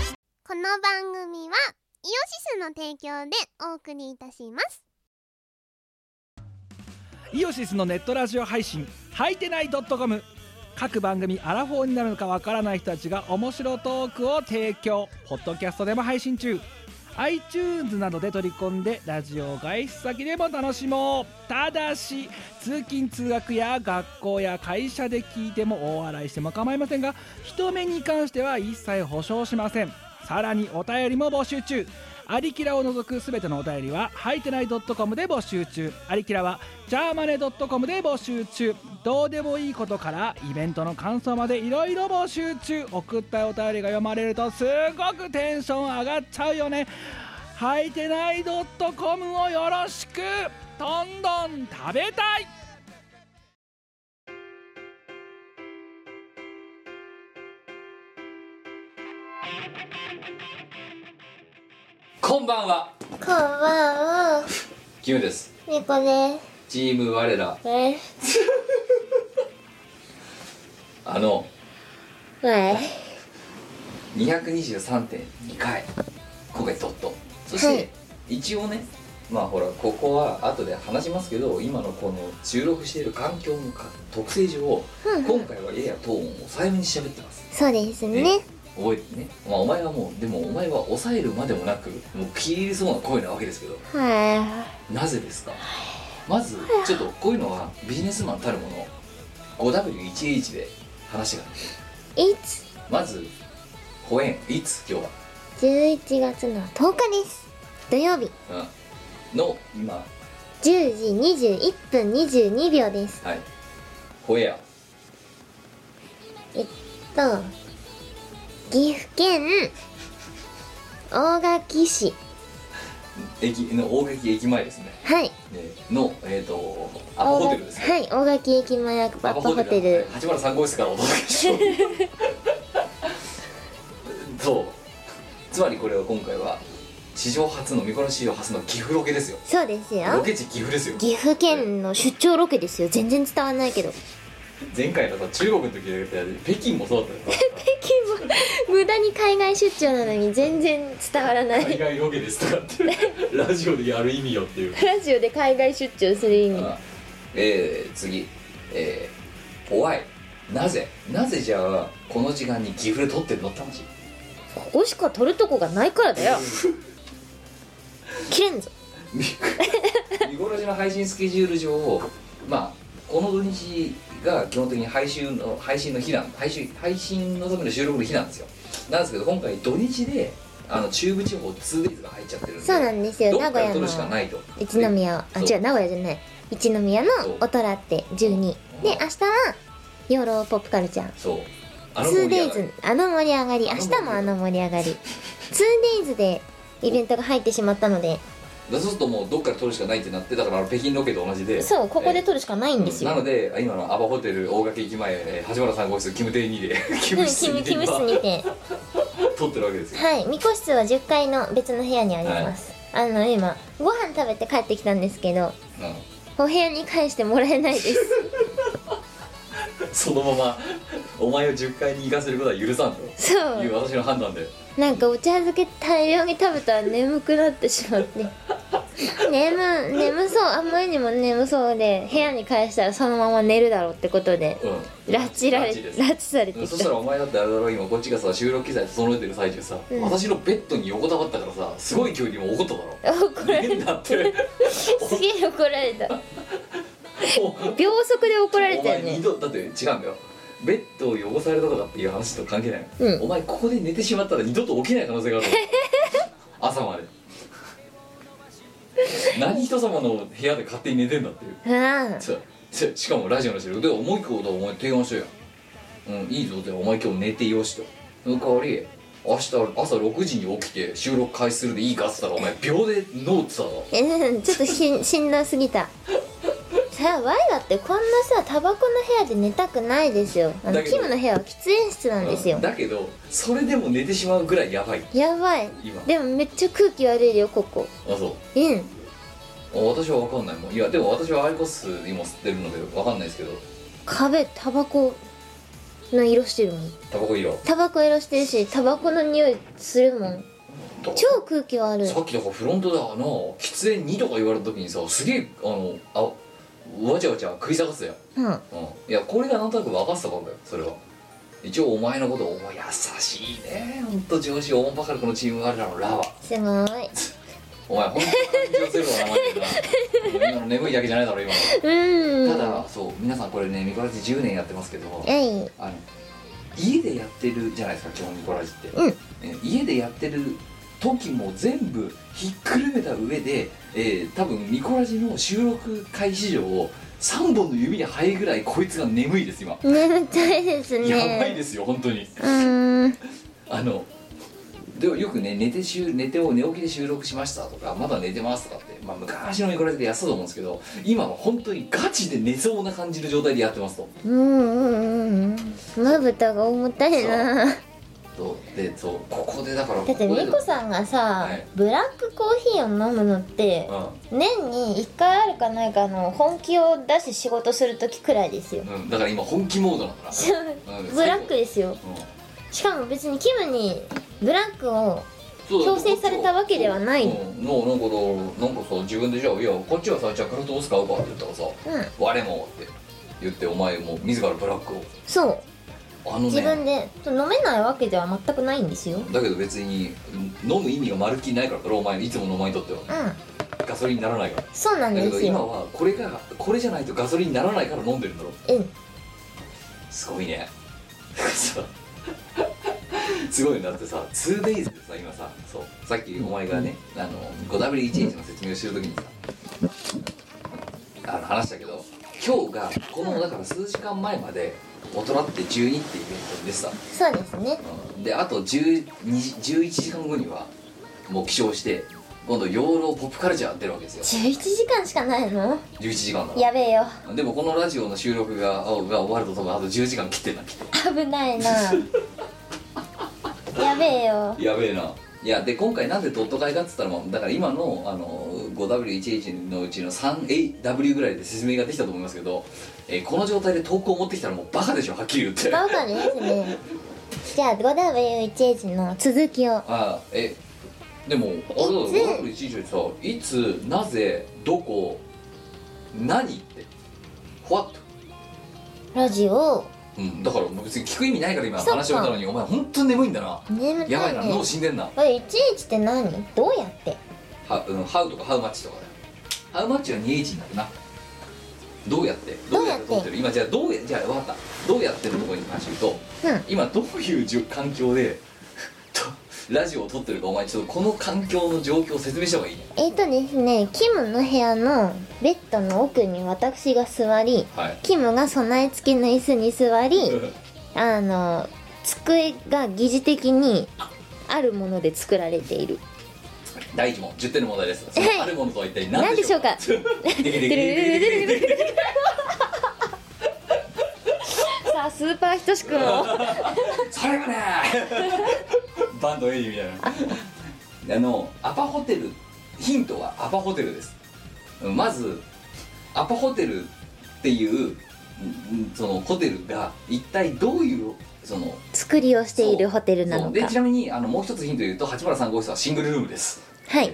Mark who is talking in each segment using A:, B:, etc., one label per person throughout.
A: の番組はイオシスの提供でお送りいたします
B: イオシスのネットラジオ配信「はいてない .com」各番組アラフォーになるのかわからない人たちが面白トークを提供ポッドキャストでも配信中 iTunes などで取り込んでラジオ外出先でも楽しもうただし通勤通学や学校や会社で聞いても大笑いしても構いませんが人目に関しては一切保証しませんさらにお便りも募集中アリキラを除くすべてのお便りは、はいてない .com で募集中。アリキラは、ジャーマネ .com で募集中。どうでもいいことから、イベントの感想までいろいろ募集中。送ったお便りが読まれると、すごくテンション上がっちゃうよね。はいてない .com をよろしくどんどん食べたい
C: こんばんは
A: こんばんは
C: キムです
A: みこで
C: チーム我ら
A: すえ
C: あの
A: はい
C: 223.2回今回ドットそして、
A: はい
C: 一応ねまあほらここは後で話しますけど今のこの収録している環境の特性上今回はややトーンを抑えめに喋ってます
A: そうですね
C: ね覚えてねまあお前はもうでもお前は抑えるまでもなくもう切り入りそうな声なわけですけど
A: は
C: なぜですかまずちょっとこういうのはビジネスマンたるもの 5W1H で話がある
A: いいつ
C: まず公演いつ今日は
A: 11月の10日です土曜日
C: うんの今
A: 10時21分22秒です
C: はいホエア
A: えっと岐阜県大垣市
C: 駅の大垣駅前ですね
A: はい
C: でのえっ、とアパ
A: 大
C: ホ
A: 垣
C: テルですね
A: はい大垣駅前アパホテ
C: だ
A: ル
C: 八原三号室からお届けしよう そうつまりこれは今回は史上初の見殺し史上初の岐阜ロケですよ
A: そうです
C: ロ
A: よ
C: ケ地岐阜ですよ
A: 岐阜県の出張ロケですよ全然伝わんないけど
C: 前回のさ中国の時だけど北京もそうだったよ
A: 北京も無駄に海外出張なのに全然伝わらな
C: 海
A: い
C: 外ロケですとか ってラジオでやる意味よっていう
A: ラジオで海外出張する意味
C: あえー、次えー、怖いなぜなぜじゃあこの時間に岐阜で撮ってんのっ て話
A: ここしか取るとこがないからだよ切れんぞ
C: 見見殺しの配信スケジュール上まあこの土日が基本的に配信の配信の日なん配信配信のための収録の日なんですよなんですけど今回土日であの中部地方 2days が入っちゃってるんで
A: そうなんですよ
C: どっ
A: 名
C: か
A: 古
C: で
A: 屋
C: 撮
A: の
C: るしかないと
A: 一宮をあ
C: そう
A: 違う名古屋じゃない一宮の
C: そう
A: おとらって12で明日は養老ポップカルチャー
C: そうあの盛り上がり
A: 2days あの盛り上がり明日もあの盛り上がり 2days でイベントが入ってしまったので
C: だそうするともうどっから撮るしかないってなってだからあの北京ロケと同じで
A: そうここで
C: る
A: 撮るしかないんですよ、
C: なので今のアバホテル大垣駅前、えー、橋原さんご室キムテイ2で キ
A: うん、
C: ム室
A: キム
C: に
A: キム室
C: 今
A: にて
C: 撮ってるわけですよ
A: はい巫女室は10階の別の部屋にあります、あの今ご飯食べて帰ってきたんですけど
C: う
A: お部屋に返してもらえないです
C: んそのままお前を10階に行かせることは許さんと
A: そ
C: いう
A: う
C: 私の判断で
A: なんかお茶漬け大量に食べたら眠くなってしまって 眠眠そうあまりにも眠そうで部屋に返したらそのまま寝るだろうってことで
C: うん
A: 拉致られ
C: 拉致です
A: 拉致されて
C: うんそ
A: き
C: したたらお前だってあれだろ今こっちがさ収録機材整えてる最中さ、
A: うん
C: 私のベッドに横たわったからさすごい距離も怒っただろ
A: 怒ら
C: 寝
A: れ
C: てんだって
A: た すげえ怒られた
C: もう
A: 秒速で怒られ
C: お
A: たよ
C: 前二
A: ね
C: 度だって違うんだよベッドを汚されたとかっていう話と関係ない、
A: うん
C: お前ここで寝てしまったら二度と起きない可能性があ る朝まで何人様の部屋で勝手に寝てんだっていう
A: うん
C: そうそうしかもラジオの収録で「もう一個ことお前提案しようやんうんいいぞ」って「お前今日寝てよし」と「その代わり明日朝6時に起きて収録開始するでいいか?」っつったら「お前秒でノー」っつったの
A: えうんちょっとしんしんどすぎたさあワイだってこんなさタバコの部屋で寝たくないですよあの
C: だけど
A: キムの部屋は喫煙室なんですよ
C: だけどそれでも寝てしまうぐらいやばい
A: やばい
C: 今
A: でもめっちゃ空気悪いよここ
C: あそう
A: うん
C: 私は分かんないもんいやでも私はアイコス今吸ってるので分かんないですけど
A: 壁タバコの色してるもん
C: タバコ色
A: タバコ色してるしタバコの匂いするもん
C: だから
A: 超空気はある
C: さっきだからフロントであの喫煙2とか言われた時にさすげえあのあわちゃわちゃ食い探すよ、
A: うん
C: うん、いやこれがなんとなく分かってたからだよそれは一応お前のことお前優しいねほんと上司おもんばかりこのチーム我らのラは
A: すごい
C: お前ほんとに感情するわ 名前でな今の眠いだけじゃないだろ今
A: うん
C: のただそう皆さんこれねミコラジ10年やってますけど
A: はい
C: あの家でやってるじゃないですか基本ミコラジって、
A: うん
C: えー家でやってる時も全部ひっくるめた上で、えー多分ミコラジの収録開始上を3本の指に入るぐらいこいつが眠いです今、
A: 眠たいですね
C: やばいですよ本当に
A: うーん
C: あのでよくね寝て収寝て寝起きで収録しましたとかまだ寝てますとかって、まあ、昔のミコラジでやってたと思うんですけど今は本当にガチで寝そうな感じの状態でやってますと
A: うんうんうんうんまぶたが重たいな
C: そうでそうここでだから
A: だって
C: ここで
A: ミコさんがさ、
C: はい
A: ブラックコーヒーを飲むのって
C: うん
A: 年に1回あるかないかの本気を出して仕事する時くらいですよ
C: うん、だから今本気モードだから、うん
A: ブラックですよ
C: うん
A: しかも別にキムにブラックを
C: そうだ
A: 強制されたわけではない
C: うん、のなんかだなんかさ自分でじゃあいやこっちはさじゃあクラフトを使うかって言ったらさ
A: うん
C: 「我も」って言ってお前も自らブラックを
A: そう
C: あの
A: 自分
C: ね
A: で飲めないわけでは全くないんですよ
C: だけど別に飲む意味がまるっきりないからだろお前いつものお前にとっては
A: うん
C: ガソリンにならないから
A: そうなん
C: だけ
A: で
C: ど
A: す
C: 今
A: よ
C: はこれがこれじゃないとガソリンにならないから飲んでるんだろ
A: うん
C: すごいねそうすごいなってさ 2days でさ今さそうさっきお前がね、あの 5W1H の説明をしてる時にさあの話したけど今日がこのだから数時間前まで大人って12ってイベントでさ、
A: そうですね
C: うん、であと10 20 11時間後にはもう起床して今度養老ポップカルチャー出るわけですよ
A: 11時間しかないの
C: 11時間だから
A: やべえよ
C: でもこのラジオの収録があが終わるとともにあと10時間切ってんだ切って
A: 危ない なやべえよ
C: やべえないやで今回なんでドット買いかっつったらまあだから今のあの 5W1H のうちの 3AW ぐらいで説明ができたと思いますけど、えーこの状態で投稿を持ってきたらもうバカでしょはっきり言って
A: バカですねじゃあ 5W1H の続きを
C: あえでもあれだろ
A: いつ
C: 5W1H ってさいつなぜどこ何ってほわっと
A: ラジオ
C: うんだからもう別に聞く意味ないから今
A: そっか
C: 話し終わったのにお前本当に眠いんだな
A: 眠
C: やば
A: た
C: い
A: い
C: な
A: ね
C: 脳死んでんな
A: これ11って何どうやって
C: は、うん、ハウとかハウマッチとかだよハウマッチは 2H になるなどうやってどうやって
A: どうやって
C: 撮ってる今じゃあどうやじゃあ分かったどうやってるところに関して言うと、
A: うん
C: 今どういうじゅ環境でとラジオを撮ってるかお前ちょっとこの環境の状況を説明した方がいいね
A: えっ、とですねキムの部屋のベッドの奥に私が座り
C: はい
A: キムが備え付けの椅子に座りあの机が疑似的にあるもので作られている
C: 第一問10点の問題ですそ
A: はい
C: のあるものとは一体何でしょうか
A: 何で
C: できるできるできるできる
A: さあスーパーひとしくんを
C: それはね バンドエイジみた いなあのアパホテルヒントはアパホテルですうんまずアパホテルっていううんうんそのホテルが一体どういうその
A: 作りをしているホテルな
C: そ
A: の
C: うで
A: か
C: ちなみにあのもう一つヒント言うと八村さんご室はシングルルームです、
A: はい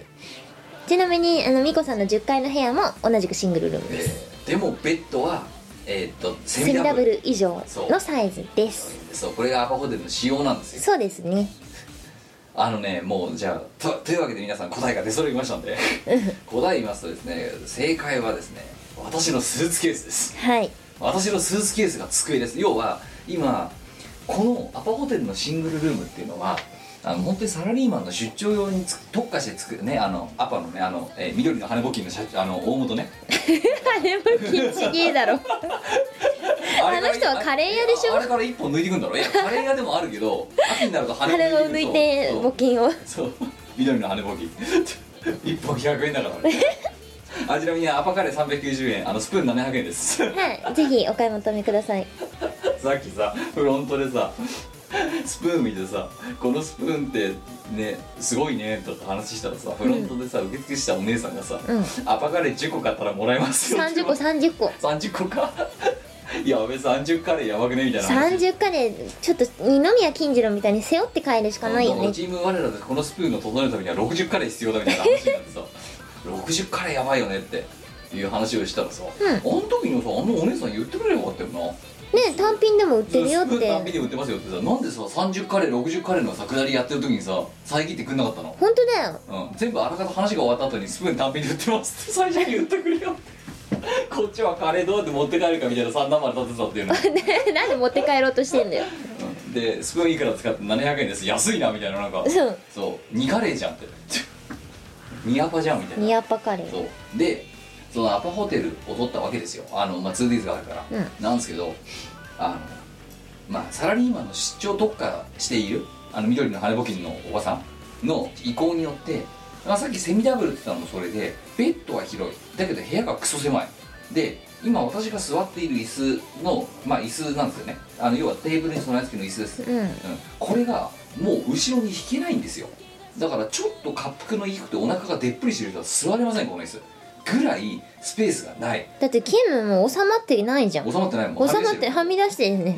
A: ちなみにあのミコさんの10階の部屋も同じくシングルルームです
C: えーでもベッドはえーっとセ
A: セ
C: ミ
A: ミ
C: ダ
A: ダ
C: ブ
A: ブ
C: ル
A: ル以上のサイズです
C: そうこれがアパホテルの仕様なんですよ
A: そうですね
C: あのねもうじゃあとというわけで皆さん答えが出揃いましたんで答え言いますとですね正解はですね私のスーツケースです
A: はい
C: 私のスーツケースが机です要は今このアパホテルのシングルルームっていうのはあの本当にサラリーマンの出張用につ特化して作るねあのアパのねあの、えー緑の羽根募金の社あの大元ね
A: あれも禁止ゲーだろ
C: あ
A: の人はカレー屋でしょ
C: あれから一本抜いてくんだろいやカレー屋でもあるけど秋になる と
A: あ
C: 羽
A: れ
C: 根
A: を
C: を
A: 抜
C: 抜いてくる
A: い
C: と
A: て
C: そう
A: 募金を
C: そう緑の羽根ぼき 一本100円だからねあちなみにアパカレー390円あのスプーン700円です さ
A: はいぜひお買い求めください
C: っきさフロントでさスプーン見てさ「このスプーンってねすごいね」とか話したらさフロントでさ、受付したお姉さんがさ「
A: うん
C: アパカレー10個買ったらもらえますよ」
A: 30個30個
C: 30個か いやべ30カレーやばくねみたいな話
A: 30カレーちょっと二宮金次郎みたいに背負って帰るしかないよ
C: だから
A: ね
C: チーム我らがこのスプーンが整えるためには60カレー必要だみたいな話になって さ60カレーやばいよねっていう話をしたらさ、
A: ん
C: あの時にさあのお姉さん言ってくれればよかったよな
A: ね単品でも売ってるよっ
C: スプーン単品
A: て
C: で売ってますよってさなんでさ30カレー60カレーのさ下りやってる時にさ遮ってくんなかったの
A: 本当だよ
C: うん、全部あらかた話が終わった後にスプーン単品で売ってますって最初に言ってく れよこっちはカレーどうやって持って帰るかみたいな三段まで立てたっていうの、
A: ね なんで持って帰ろうとしてんだよ
C: うんでスプーンいくら使って700円です安いなみたいななんか
A: うん
C: そう2カレーじゃんってニアパじゃんみたいな
A: ニアパカレー
C: そうでそのアパホテルを取ったわけですよあの、まあ、2days があるから、
A: うん
C: なんですけどあのまあサラリーマンの出張特化しているあの緑の羽根募金のおばさんの意向によって、まあ、さっきセミダブルって言ったのもそれでベッドは広いだけど部屋がクソ狭いで今私が座っている椅子のまあ椅子なんですよねあの要はテーブルに備え付けの椅子です、
A: うん
C: うんこれがもう後ろに引けないんですよだからちょっと滑腹のいいくてお腹がでっぷりしてる人は座れませんこの椅子ぐらいスペースがない
A: だってキムも収まっていないじゃん
C: 収まってないもん
A: 収まってはみ出してるね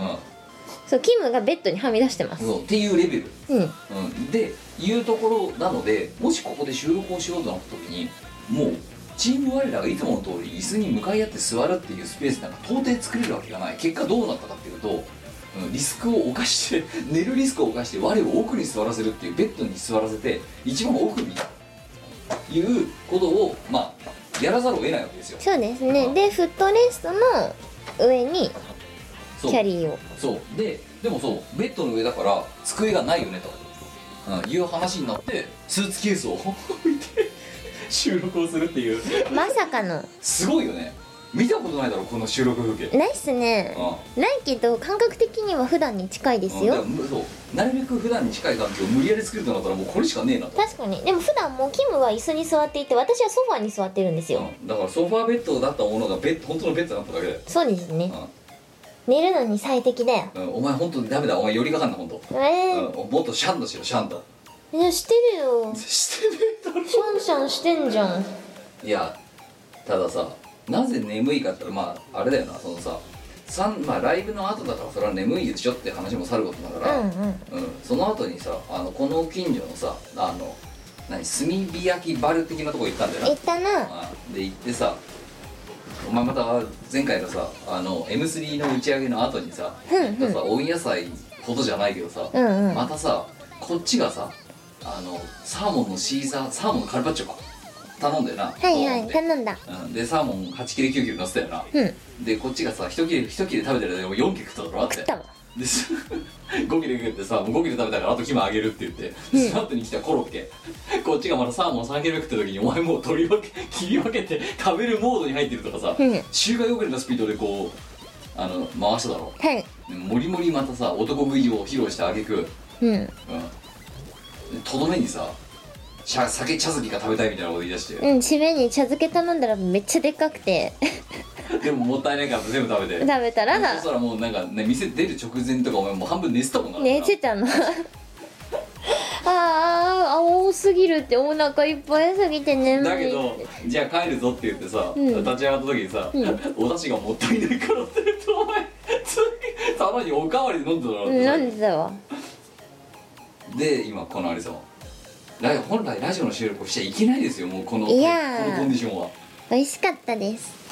A: そうキムがベッドにはみ出してま
C: うん
A: す
C: そうっていうレベル、
A: うん
C: うん、でいうところなのでもしここで収録をしようとなった時にもうチーム我らがいつもの通り椅子に向かい合って座るっていうスペースなんか到底作れるわけがない結果どうなったかっていうと、うんリスクを犯して 寝るリスクを犯して我を奥に座らせるっていうベッドに座らせて一番奥にいうことをまあやらざるを得ないわけですよ
A: そうですねでフットレストの上に
C: そう
A: キャリーを
C: そうででもそうベッドの上だから机がないよねと、うん、いう話になってスーツケースを 置いて収録をするっていう
A: まさかの
C: すごいよね見たことないだろこの収録風景
A: ないっすね
C: うん
A: ないけど感覚的には普段に近いです
C: う
A: よ
C: んだからそうなるべく普段に近い環境を無理やり作るとなったらもうこれしかねえなと、
A: 確かにでも普段もうキムは椅子に座っていて私はソファーに座ってるんですよ、
C: うん、だからソファーベッドだったものがベッド本当のベッドだっただけで、
A: そうですね
C: う
A: 寝るのに最適だよ
C: んうん、お前本当にダメだお前寄りかかんな本当、
A: えー
C: うん、もっとシャンとしろ シャンと
A: いやしてるよ
C: してねえだろ
A: シャンシャンしてんじゃん
C: いやたださなぜ眠いかって言ったらまああれだよなそのささんまあ、ライブの後だからそれは眠いでしょって話もさることながら、
A: うんうん
C: うんその後にさあのこの近所のさあの何炭火焼きバル的なとこ行ったんだよ
A: い
C: な
A: ったな
C: あで行ってさお前また前回のさあの M3 の打ち上げの後にさ
A: うんうん
C: 行ったさ温野菜ほどじゃないけどさ、
A: うんうん
C: またさこっちがさあのサーモンのシーザーサーモンのカルパッチョか頼んだよな
A: はいは
C: ドーンっ
A: い
C: て
A: 頼んだ
C: うんでサーモン8切れ9切れ乗せたよな、
A: うん
C: でこっちがさ1切れ1切れ食べてる間にもう4切れ食っただろあって
A: 食ったわ
C: で さ5切れ食ってさもう5切れ食べたからあとキマあげるって言って、その後に来たコロッケこっちがまだサーモン3切れ食った時にお前もう取り分け 切り分けて食べるモードに入ってるとかさ、
A: うん
C: 周回遅れのスピードでこうあの回しただろ
A: はい
C: でもりもりまたさ男食いを披露した挙句
A: うん
C: うんでとどめにさ茶酒茶漬けが食べたいみたいなこと言い出して、
A: うん締めに茶漬け頼んだらめっちゃでっかくて
C: でももったいないから全部食べて
A: 食べたら
C: そしたらもうなんかね店出る直前とかお前もう半分寝てたもんな
A: 寝てたの ああ多すぎるってお腹いっぱいすぎて眠い
C: だけどじゃあ帰るぞって言ってさ、
A: うん
C: 立ち上がった時にさ、お出汁がもったいないからって言ってお前たまにおかわりで飲んでただろ
A: うん飲んでたわ
C: で今このあれさラ本来ラジオの収録をしちゃいけないですよもうこの
A: いやー
C: このコンディションは
A: 美味しかったです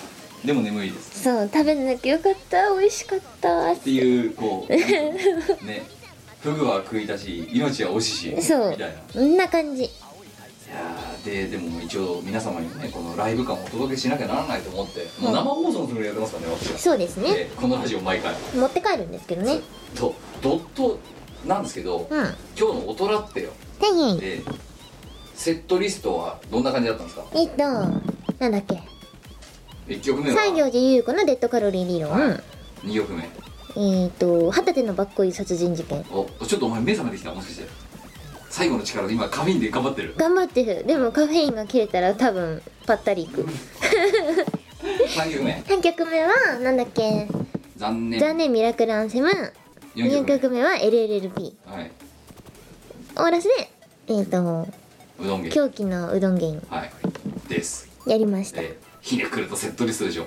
C: でも眠いです
A: そう食べなきゃよかった美味しかった
C: っていうこ うねフグは食いたし命は惜しし
A: そう
C: みたいな
A: こんな感じ
C: いやーででも一応皆様にねこのライブ感をお届けしなきゃならないと思って、もう生放送のつもりでやってますからね私は
A: そうですね
C: でこのラジオ毎回
A: 持って帰るんですけどね
C: とドットなんですけど、
A: うんは
C: 今日の「大人ってよ
A: い」はい
C: でセットリストはどんな感じだったんですか
A: えっとなんだっけ
C: 1曲目は
A: 西行寺優子のデッドカロリー理論
C: はい2曲目
A: えっと二十歳のばっこい殺人事件
C: おちょっとお前目覚めてきたもしかして最後の力で今仮眠で頑張ってる
A: 頑張ってるでもカフェインが切れたら多分パッタリいく
C: 3曲目
A: 3曲目はなんだっけ「
C: 残念
A: 残念ミラクルアンセム」
C: 4
A: 4
C: 曲目
A: 曲目は LLLP
C: はい
A: オーラスでえっ、と
C: うどん芸
A: 狂気のうどん芸人
C: はいです
A: やりました
C: でひねくれたセットリストでしょ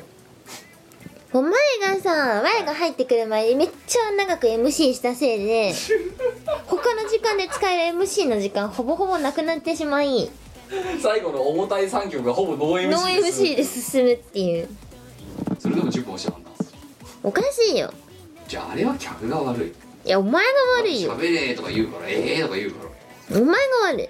A: もう前がさ前が入ってくる前にめっちゃ長く MC したせい で他の時間で使える MC の時間ほぼほぼなくなってしまい
C: 最後の重たい3曲がほぼノー MC
A: ノー MC で進むっていう
C: それでも10本しちゃうんだ
A: おかしいよ
C: じゃああれは客が悪い
A: いやお前が悪いよ
C: 喋れーとか言うからええーとか言うから
A: お前が悪い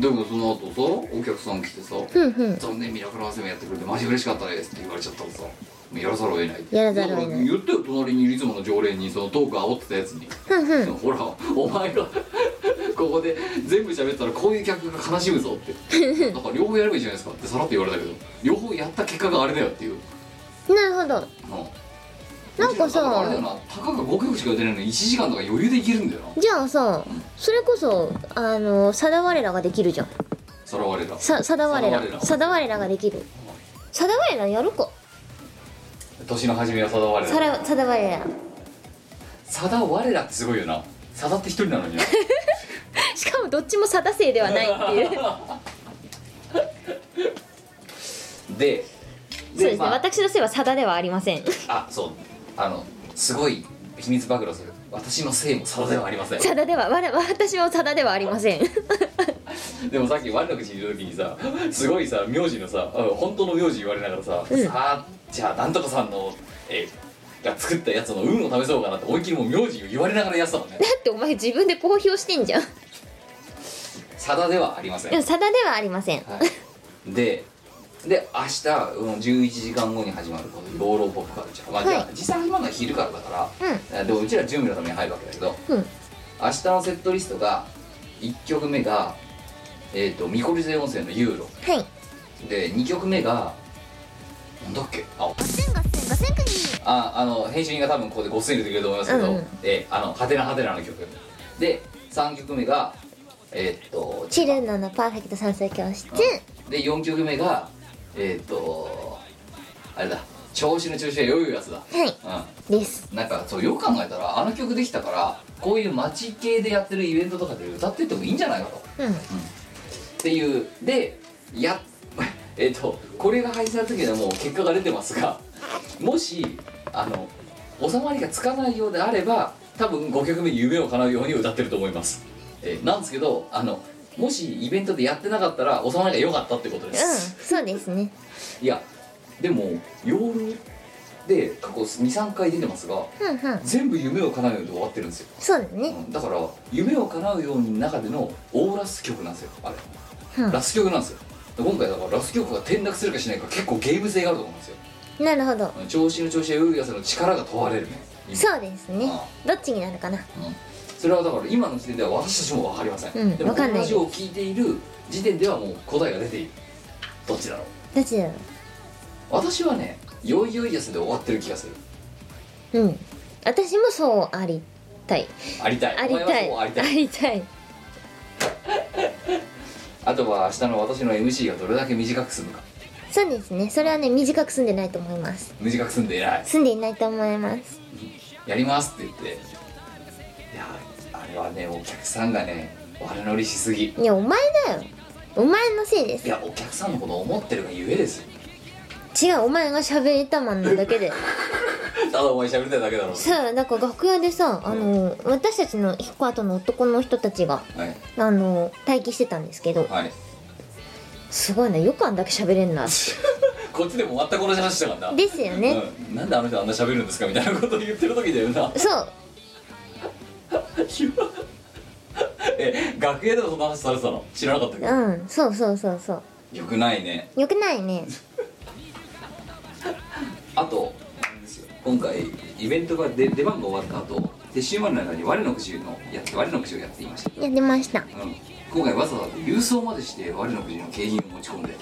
C: でもその後さお客さん来てさ
A: ふんふん
C: 残念ミラクルハウスもやってくれてマジ嬉しかったですって言われちゃったらさもうやらざるを得ない
A: やらざるを得ない
C: だから言ってよ隣にいるいつもの常連にそのトーク煽ってたやつに
A: ふんふん
C: ほらお前がここで全部喋ったらこういう客が悲しむぞ ってだから両方やればいいじゃないですかってさらっと言われたけど両方やった結果があれだよっていう
A: なるほど
C: うん
A: なんかさ
C: うちらだらあれだよなたかが5曲しか出ないのに1時間とか余裕でいけるんだよな
A: じゃあさそれこそあのさだ我らができるじゃん
C: さらわれた
A: ささだ我
C: さだ我ら
A: らさだ我らができるさだ我らやるか
C: 年の初めはさだわれ
A: さ
C: ら
A: らさだ我ら
C: さだわれらってすごいよなさだって一人なの にな
A: しかもどっちもさだ生ではないっていう そう
C: で
A: ですね、
C: まあ
A: 私のせいはさだではありません
C: あそうあのすごい秘密暴露する私のせいもさだではありません
A: さだではわら私もさだではありません
C: でもさっき我の口にいる時にさすごいさ名字のさあ本当の名字言われながらさ、
A: うん
C: さあじゃあなんとかさんのえーが作ったやつの運を試そうかなって思いっきりもう名字言われながらやってたもんね
A: だってお前自分で公表してんじゃん
C: さだではありません
A: でもさだではありません
C: はい、でで明日、うん、11時間後に始まるこの養老ポップカルチャーまあ、
A: はい
C: じゃあ実際始まるのは昼からだから、でもうちら準備のために入るわけだけど
A: うん
C: 明日のセットリストが1曲目がえっ、とミコリゼ温泉のユーロ
A: はい
C: で2曲目がなんだっけあああの編集人が多分ここでごっそり入れてくれると思いますけど、
A: うんうん
C: えーあのハテナハテナの曲で3曲目がえっ、と
A: チルノのパーフェクト算数教室
C: で4曲目がえーっとあれだ調子の調子は良いやつだ
A: はい
C: うん
A: です
C: なんかそうよく考えたらあの曲できたからこういう街系でやってるイベントとかで歌ってってもいいんじゃないかとっ
A: うん
C: ていうでや えーっとこれが配信された時にはもう結果が出てますがもしあの収まりがつかないようであれば多分5曲目に夢を叶うように歌ってると思います、えーなんですけどあのもしイベントでやってなかったら収まりが良かったってこと
A: う
C: で
A: ん
C: す、
A: そうですね
C: いやでも曜日で過去23回出てますが
A: ふんふん
C: 全部夢を叶うようにで終わってるんですよ、
A: そうだ
C: う
A: ね
C: んだから夢を叶うようにの中でのオーラス曲なんですよあれ、
A: うん
C: ラス曲なんですよで今回だからラス曲が転落するかしないか結構ゲーム性があると思うんですよ
A: なるほど
C: うん調子の調子やウーヤスの力が問われるね今
A: そうですねどっちになるかな
C: うんそれはだから今の時点では私たちも分かりません、
A: うん
C: でも
A: わかんない
C: ラジオを聞いている時点ではもう答えが出ているどっちだろう
A: どっちだろ
C: 私はね「よいよいやす」で終わってる気がする
A: ううん私もそうありたい
C: ありたい
A: あり
C: お前
A: た
C: はそう
A: い
C: ありたい
A: たい
C: あとは明日の私の MC がどれだけ短く済むか
A: そうですねそれはね短く住んでないと思います
C: 短く済んでいない
A: 住んでいないと思います
C: やりますって言っていやあれはねお客さんがね悪乗りしすぎ
A: いやお前だよお前のせいで
C: いやお客さんのことを思ってるがゆえですよ
A: す違うお前が喋りたまんなだ けで
C: ただお前喋りたいだけだろ
A: さあなんか楽屋でさあの私たちの一個後の男の人たちが
C: はい
A: あの待機してたんですけど
C: はい
A: すごいなよくあんだけ喋れん な
C: こっちでも全く同じ話したからな
A: ですよね、
C: うん、なんであの人あんな喋るんですかみたいなことを言ってる時だよな
A: そう
C: え楽屋でもその話されてたの知らなかったけど
A: うんそうそうそうそ
C: よくないね
A: うよくないね
C: あとあれですよ今回イベントが出出番が終わった後撤収までの間に我の口のやって我の口をやっていました、
A: やってました
C: うん、今回わざわざ郵送までして我の口の景品を持ち込んで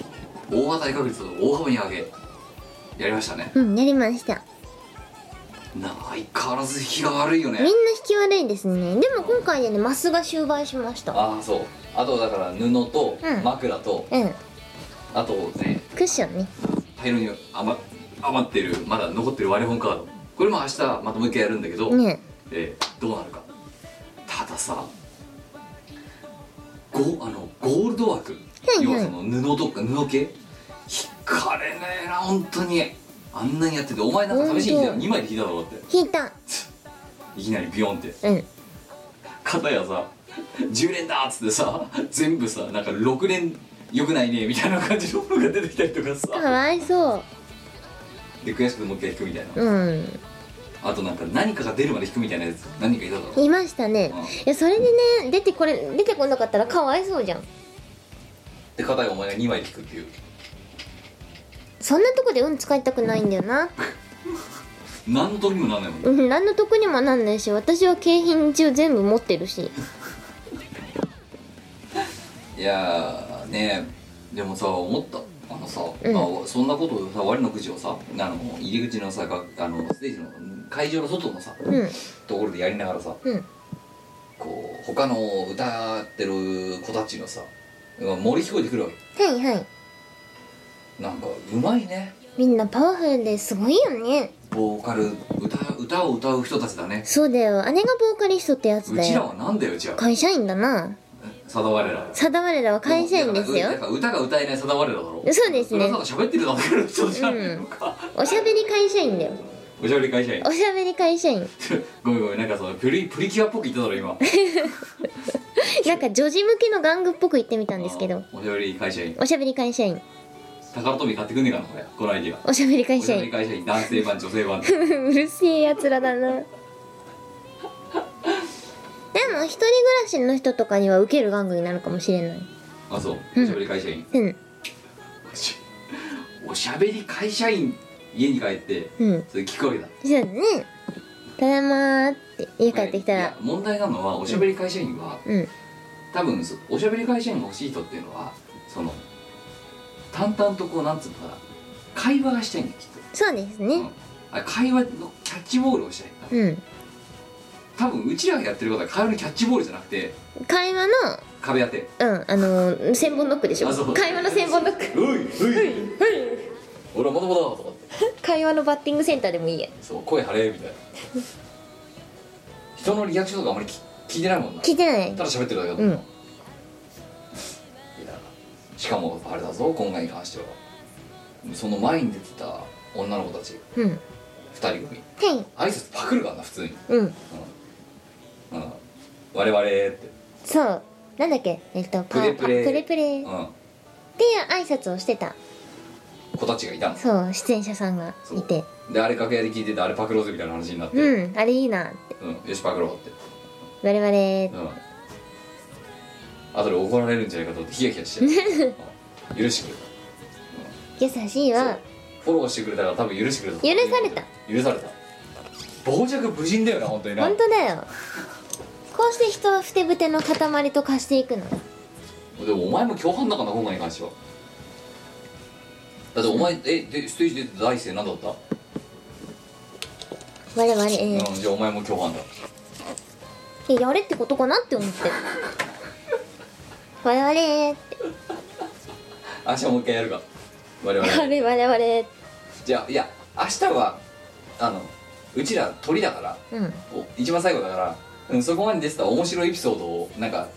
C: 大型確率を大幅に上げやりましたね
A: うんやりました
C: なあ相変わらず日が悪いよ
A: みんな
C: ね
A: 引き悪いですねでも今回でねマスが終売しました
C: ああそうあとだから布と
A: うん
C: 枕と、
A: うん
C: あとね
A: クッションね
C: 大量に余余ってるまだ残ってる割れ本カードこれも明日またもう一回やるんだけど、
A: ね
C: えーどうなるかたださゴあのゴールド枠
A: いはい
C: 要はその布とか布系引かれねえな本当にあんなにやっててお前なんか試しに弾いたの2枚で弾いただろうって
A: 引いた
C: いきなりビヨンって
A: うん
C: 片やさ10連だっつってさ全部さなんか6連よくないねみたいな感じのものが出てきたりとか
A: か
C: さ
A: わいそ
C: で悔しくてもう一回弾くみたいな
A: ううん
C: あとなんか何かが出るまで弾くみたいなやつ何かいただろ
A: いましたね
C: うん
A: いやそれでね出てこれ出てこなかったらかわいそうじゃん
C: で片やお前が2枚弾くっていう
A: そんなとこで運使いたくないんだよな
C: 何の時にもなんないもん
A: うん何の得にもなんないし私は景品中全部持ってるし
C: いやーねでもさ思ったあのさ、
A: うん
C: まあ、そんなことをさ我の口をさあの入り口のさがあのステージの会場の外のさ、
A: うん
C: ところでやりながらさ
A: うん
C: こう他の歌ってる子たちのさ森聞こえてくるわ
A: はいはい
C: けなんかうまいね
A: みんなパワフルですごいよね
C: ボーカル歌歌を歌う人たちだね
A: そうだよ姉がボーカリストってやつ
C: う
A: だ
C: ちら
A: よ
C: はなんだよじゃあ
A: 会社員だな
C: 定われらは
A: 定まれらは会社員ですよ
C: だから歌が歌えない定われらだろ
A: そうですね
C: それはただ喋ってるだけの人じゃないのか、
A: おしゃべり会社員だよ
C: おしゃべり会社員
A: おしゃべり会社員
C: ごめんごめんなんかそのプリプリキュアっぽく言っただろ今
A: なんか女児向けの玩具っぽく言ってみたんですけど
C: おしゃべり会社員
A: おしゃべり会社員
C: 宝富買ってくんねえかなこれこのアイディア
A: おしゃべり会
C: おし
A: 社
C: ゃべり
A: 員
C: 会社員男性版女性 版
A: うるせえやつらだなでも一人暮らしの人とかにはウケる玩具になるかもしれない
C: あそうおしゃべり会社員
A: うん
C: おしゃべり会社員家に帰って
A: うん
C: それ聞くわけだ
A: そうだねただいまーって家帰ってきた
C: い
A: ら
C: や問題なのはおしゃべり会社員は
A: うん
C: 多分そおしゃべり会社員が欲しい人っていうのはその淡々とこうなんつうのかな会話がしたいんだよきっ
A: そうです
C: と、うん
A: ね
C: あ会話のキャッチボールをしたい
A: うん
C: 多分うちらがやってることは会話のキャッチボールじゃなくて
A: 会話の
C: 壁当て
A: うんあのー千本ノックでしょ
C: あそう
A: 会話の千本ノック
C: 「ういうい俺はもともとだ」とかって
A: 会話のバッティングセンターでもいいや
C: そう声張れみたいな人のリアクションとかあんまりき聞いてないもんな
A: 聞いてない
C: ただ喋ってるだけだも
A: うんん
C: な、いやしかもあれだぞ今回に関してはその前に出てた女の子たち
A: うんは
C: 2人組
A: い
C: 挨拶パクるからな普通に
A: うん
C: 「うん、我々」って
A: そうなんだっけえっとパ
C: プレプレ
A: パプレプレっ
C: う
A: てい
C: ん
A: う挨拶をしてた
C: 子たちがいたんです
A: そう出演者さんがいて
C: であれ楽屋で聞いててあれパクろうぜみたいな話になって「うん
A: うんあれいいなって
C: よしパクろう」って
A: 我々
C: うん後で怒られるんじゃないかと思ってヒヤヒ ヤしてたうん許してくれた
A: 優しいわ
C: フォローしてくれたから多分許してくれた
A: 許された
C: 許された傍若無人だよな本当にな
A: 本当だよこうして人はふてぶての塊と化していくの
C: でもお前も共犯だからな今回に関してはだってお前えでステージ出て第一声何だった、
A: 我々
C: う
A: え
C: ん、じゃあお前も共犯だ
A: ーやれってことかなって思 って我々って
C: 明日もう一回やるか 我々
A: あれ我
C: じゃあいや明日はあのうちら鳥だから
A: 々うん
C: お一番最後だから、うん、そこまで出てた面白いエピソードをなんか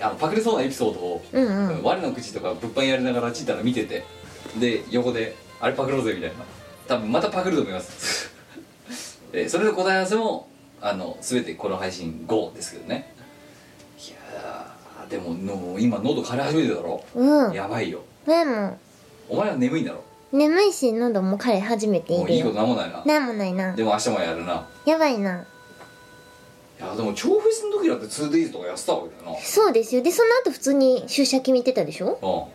C: あのパクれそうなエピソードを
A: うんうん
C: うん我の口とか物販やりながらチータが見ててで横で「あれパクろうぜ」みたいな多分またパクると思います えーそれで答え合わせもあの全てこの配信後ですけどねいやーでももう今喉枯れ始めてるだろ
A: うん
C: やばいよ
A: でも
C: お前は眠いんだろ
A: 眠いし喉も枯れ始めてい
C: もう
A: る
C: いいこ
A: よ
C: となんもないな
A: なんもないな
C: でも明日もやるな
A: やばいない
C: やでも超フェスの時だって 2days とかやってたわけだよな
A: そうですよでその後普通に出社決めてたでしょ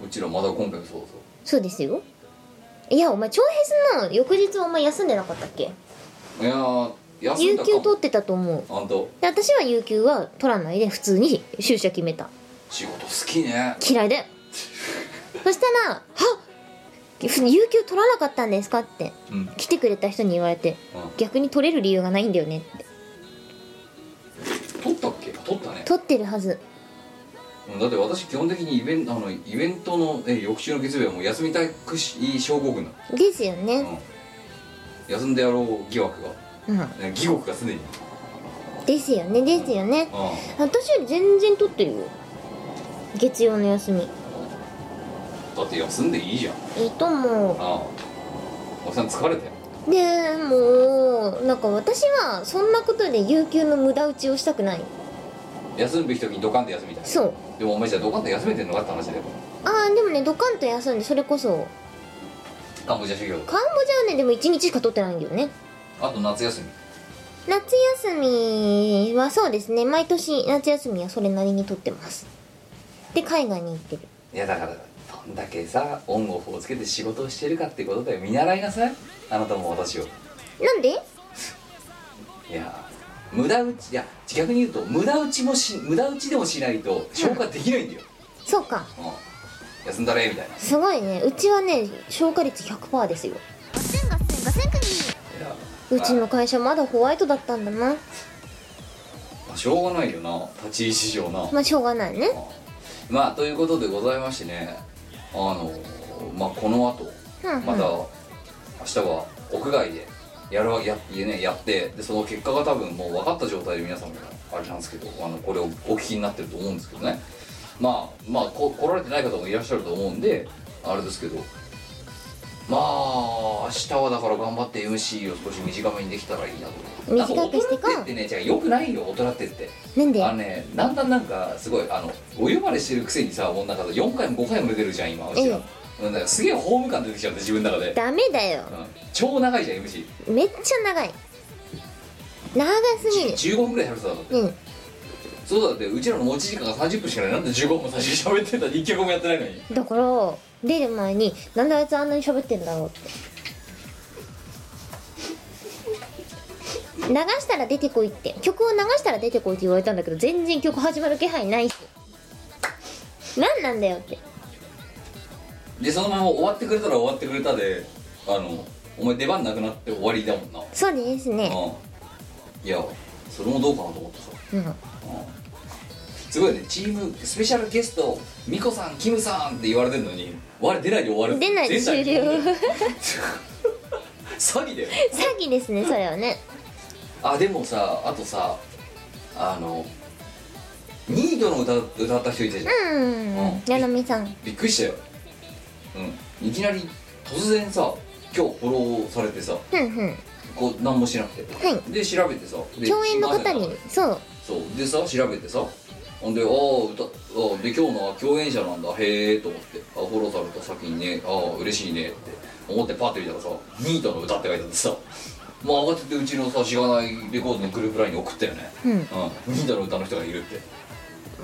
C: うんうちらまだ今回もそうそう
A: そうですよいやお前長平の翌日はお前休んでなかったっけ
C: いやー休ん
A: 有
C: だ
A: 給
C: か
A: 取ってたと思う
C: もあんた
A: で私は有給は取らないで普通に出社決めた
C: 仕事好きね
A: 嫌い だよそしたら「は有給取らなかったんですか?」って
C: うん、うん、
A: 来てくれた人に言われて逆に取れる理由がないんだよねって
C: 取ったっけ取ったね
A: 取ってるはず
C: うんだって私基本的にイベントあのイベントのえ翌週の月曜日はもう休みたくし症候群だ、
A: ですよ
C: う
A: ね
C: ん、休んでやろう疑惑が
A: うん
C: え疑惑がすでに、うん、
A: ですよねですよね私より全然取ってるよ月曜の休み
C: だって休んでいいじゃん
A: いいと思う
C: あおっさん疲れたよ
A: でもなんか私はそんなことで有給の無駄打ちをしたくない
C: 休むべき時にドカンと休みたい
A: そう
C: でもお前じゃあドカンと休めてんのかって話だよ
A: ああでもねドカンと休んでそれこそ
C: カンボジア修行とか
A: カンボジアはねでも1日しか取ってないんだよね
C: あと夏休み
A: 夏休みはそうですね毎年夏休みはそれなりに取ってますで海外に行ってる
C: いやだからどんだけさオンオフをつけて仕事をしてるかってことだよ見習いなさいあなたも私を
A: なんで
C: いや無駄打ちいや逆に言うと無駄打ちもし無駄打ちでもしないと消化できないんだよ、
A: そうか
C: うん、休んだれみたいない
A: すごいねうちはね消化率100%ですよ
C: や
A: うちの会社まだホワイトだったんだな
C: まあしょうがないよな立ち位置上な、
A: まあしょうがないね
C: まあということでございましてねあのまあこの後
A: うんうん
C: また明日は屋外でやるわやや,、ね、やってでその結果が多分もう分かった状態で皆さんがあれなんですけどあのこれをお聞きになってると思うんですけどねまあまあこ来られてない方もいらっしゃると思うんであれですけどまあ明日はだから頑張って MC を少し短めにできたらいいなと
A: 短くしてか
C: なん大人ってねじゃあよくないよ大人ってって
A: なんで
C: あのねだんだんなんかすごいあのお呼ばれしてるくせにさもうなんか4回も5回も出てるじゃん今うちが、
A: え
C: うんだからすげえホーム感出てきちゃって自分の中で、
A: ダメだよ
C: うん超長いじゃん MC15
A: めっちゃ長い長すぎる
C: 分ぐらい喋ってたんだって
A: うん
C: そうだってうちらの持ち時間が30分しかないなんで15分も最初に喋ってた一曲もやってないのに
A: だから出る前になんであいつあんなに喋ってんだろうって流したら出てこいって曲を流したら出てこいって言われたんだけど全然曲始まる気配ないし何なんだよって
C: でそのまま終わってくれたら終わってくれたであのお前出番なくなって終わりだもんな、
A: そうですね
C: うんいやそれもどうかなと思ってさ
A: うん
C: すごいねチームスペシャルゲストミコさんキムさんって言われてるのに我出ないで終わる
A: 出ないで終了
C: 詐欺だよ
A: 詐欺ですねそれはね
C: あでもさあとさあのニードの歌歌った人いたじゃん、
A: うん矢波さん
C: びっくりしたよ、うん、いきなり突然さ今日フォローされてさ
A: うんうん
C: こう何もしなくて、
A: は
C: で調べてさで
A: 共演の方
C: 島根
A: に
C: だ
A: そう
C: そうでさ調べてさほんで「ああ歌あで今日のは共演者なんだへえ」と思ってあフォローされた先にね「ああ嬉しいね」って思ってパッて見たらさ「ニートの歌」って書いてあってさまあ慌ててうちのさしがないレコードのグループラインに送ったよね
A: うん
C: うん、ニートの歌の人がいるって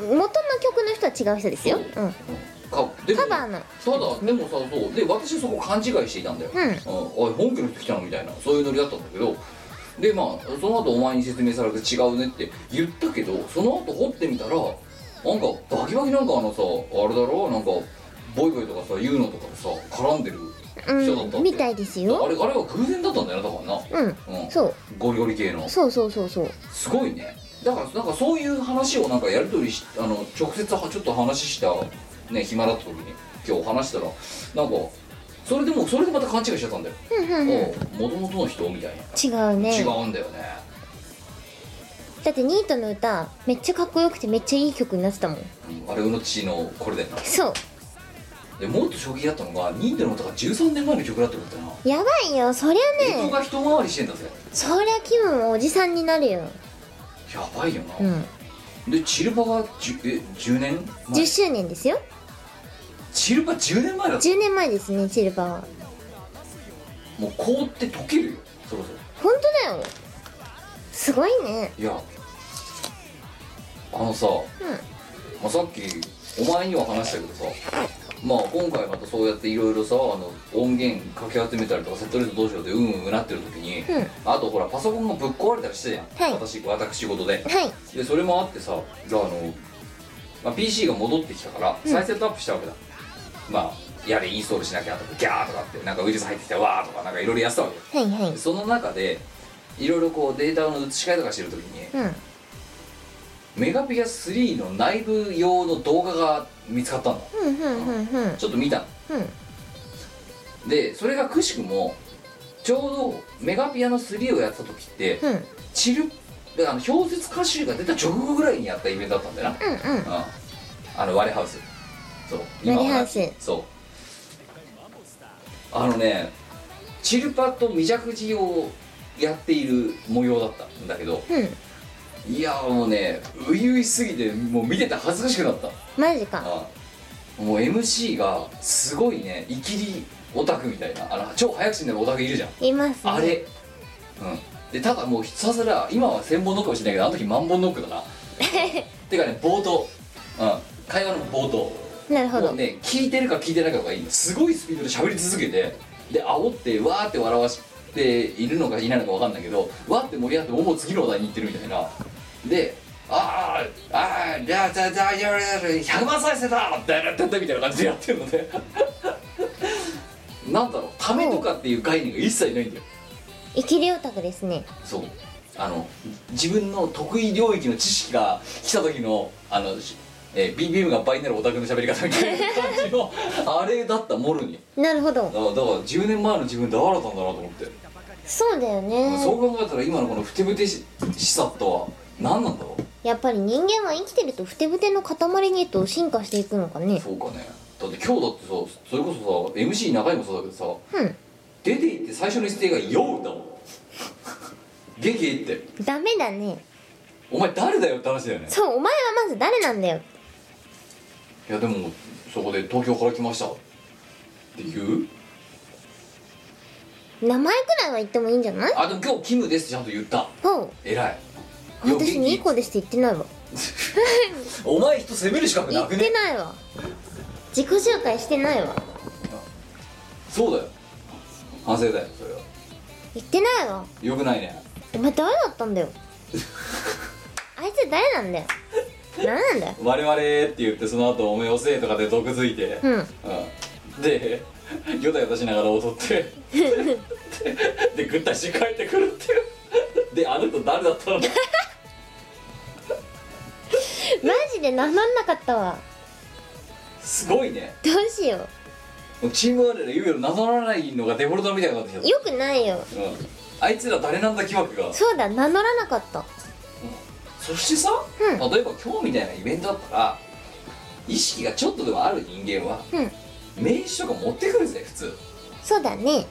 A: 元の曲の人は違う人ですようん
C: かでも
A: カバーの
C: ただでもさそうで私はそこ勘違いしていたんだよ、
A: うん
C: おい本家の人来たのみたいなそういうノリだったんだけどでまあその後お前に説明されて違うねって言ったけどその後掘ってみたらなんかバキバキなんかあのさあれだろなんかボイボイとかさ言うのとかさ絡んでる人だったって、
A: うんみたいです
C: あ
A: よ
C: れあれは偶然だったんだよなだからな
A: うん
C: うん
A: そう
C: ゴリゴリ系の
A: そうそうそうそう
C: すごいねだからなんかそういう話をなんかやり取りしあの直接はちょっと話したね暇だった時に今日話したらなんかそれでもそれでまた勘違いしちゃったんだよ
A: うんう
C: 「
A: んうん
C: もともとの人」みたいな、
A: 違うね
C: 違うんだよね
A: だってニートの歌めっちゃかっこよくてめっちゃいい曲になってたもん
C: うんあれうのちのこれだよな
A: そう
C: でもっと衝撃だったのがニートの歌が13年前の曲だってことだな
A: やばいよそりゃ
C: 人
A: ね
C: が一回りしてんだぜ
A: そりゃ気分もおじさんになるよ
C: やばいよな、
A: うん
C: でチルパがじゅえ10年前
A: 10周年ですよ
C: チルパ10年前だぞ
A: 10年前ですねチルバは
C: もう凍って溶けるよそろそろ
A: 本当だよすごいね
C: いやあのさ、まあ、さっきお前には話したけどさまあ今回またそうやっていろいろさあの音源かき集めたりとかセットリストどうしようってうんうんうなってる時に、
A: ん
C: あとほらパソコンがぶっ壊れたりしてた
A: は
C: やん、
A: い
C: 私私事で
A: はい
C: でそれもあってさじゃああの、まあ、PC が戻ってきたから再セットアップしたわけだ、まあやれインストールしなきゃとかギャーとかってなんかウイルス入ってきたわーとかなんかいろいろやってたわけよ
A: はいはい
C: その中でいろいろこうデータの移し替えとかしてる時に、
A: うん
C: メガピア3の内部用の動画が見つかったの
A: うんうんうんうん
C: ちょっと見た
A: うん
C: のでそれがくしくもちょうどメガピアの3をやった時って
A: うん
C: チルあの氷雪歌集が出た直後ぐらいにやったイベントだったんだよな、
A: うんうん
C: うんあの割れハウスそう
A: 割れハウス
C: そうあのねチルパと未着地をやっている模様だったんだけど
A: うん
C: いやもうね初々しすぎてもう見てて恥ずかしくなった
A: マジか
C: あもう MC がすごいねいきりオタクみたいなあの超早口になるオタクいるじゃん
A: いますね
C: あれうんでただもうひたすら今は千本ノックかもしれないけどあの時万本ノックだなてかね冒頭、うん、会話の冒頭
A: なるほ
C: も
A: ど
C: うね聞いてるか聞いてないかがいいのすごいスピードで喋り続けてで煽ってわーって笑わしているのかいないのか分かんないけどわーって盛り上がってもうもう次の話題に行ってるみたいなであーあーじゃあじゃあじゃあじゃあ100万再生だってやってみたいな感じでやってるのでなんだろうためとかっていう概念が一切ないんだよ
A: 生きりオタクですね
C: そうあの自分の得意領域の知識が来た時のあの、しえー、BBM が倍になるオタクの喋り方みたいな感じのあれだったもろに
A: なるほ
C: だ
A: ど
C: からだから10年前の自分で新たんだなと思って、
A: そうだよ
C: そう
A: ね
C: 考えたら今のこのふてぶてししさとは何なんだろう
A: やっぱり人間は生きてるとふてぶての塊にと進化していくのかね
C: そうかねだって今日だってさそれこそさ MC 中井もそうだけどさ
A: うん
C: 出て行って最初の一定が「よう」だもん元気って
A: ダメだね
C: お前誰だよって話だよね
A: そうお前はまず誰なんだよ
C: いやでもそこで東京から来ましたっていう
A: 名前くらいは言ってもいいんじゃない
C: あでも今日キムですってちゃんと言った
A: そう
C: 偉いよ
A: 私にいい子ですって言ってないわ
C: お前人責める資格
A: 言
C: な
A: っ
C: く
A: て
C: ね
A: ないわ自己紹介してないわ
C: そうだよ反省だよそれは
A: 言ってないわ
C: よくないね
A: お前誰だったんだ よあいつ誰なんだよ何なんだよ
C: 我々って言ってその後おめえ遅えとかで毒づいて、
A: うん
C: うんでよだよだしながら踊ってでぐったりして帰ってくるっていうであの人誰だったの
A: マジでなまんなかったわ
C: すごいね
A: どうしよ
C: もうチーム我ら言うより名乗らないのがデフォルトみたいになってきちゃっ
A: うよくないよ
C: た、うん、あいつら誰なんだ疑惑が
A: そうだ名乗らなかった
C: そしてさ、
A: うん
C: 例えば今日みたいなイベントだったら意識がちょっとでもある人間は
A: うん
C: 名刺とか持ってくるぜ普通
A: そうだね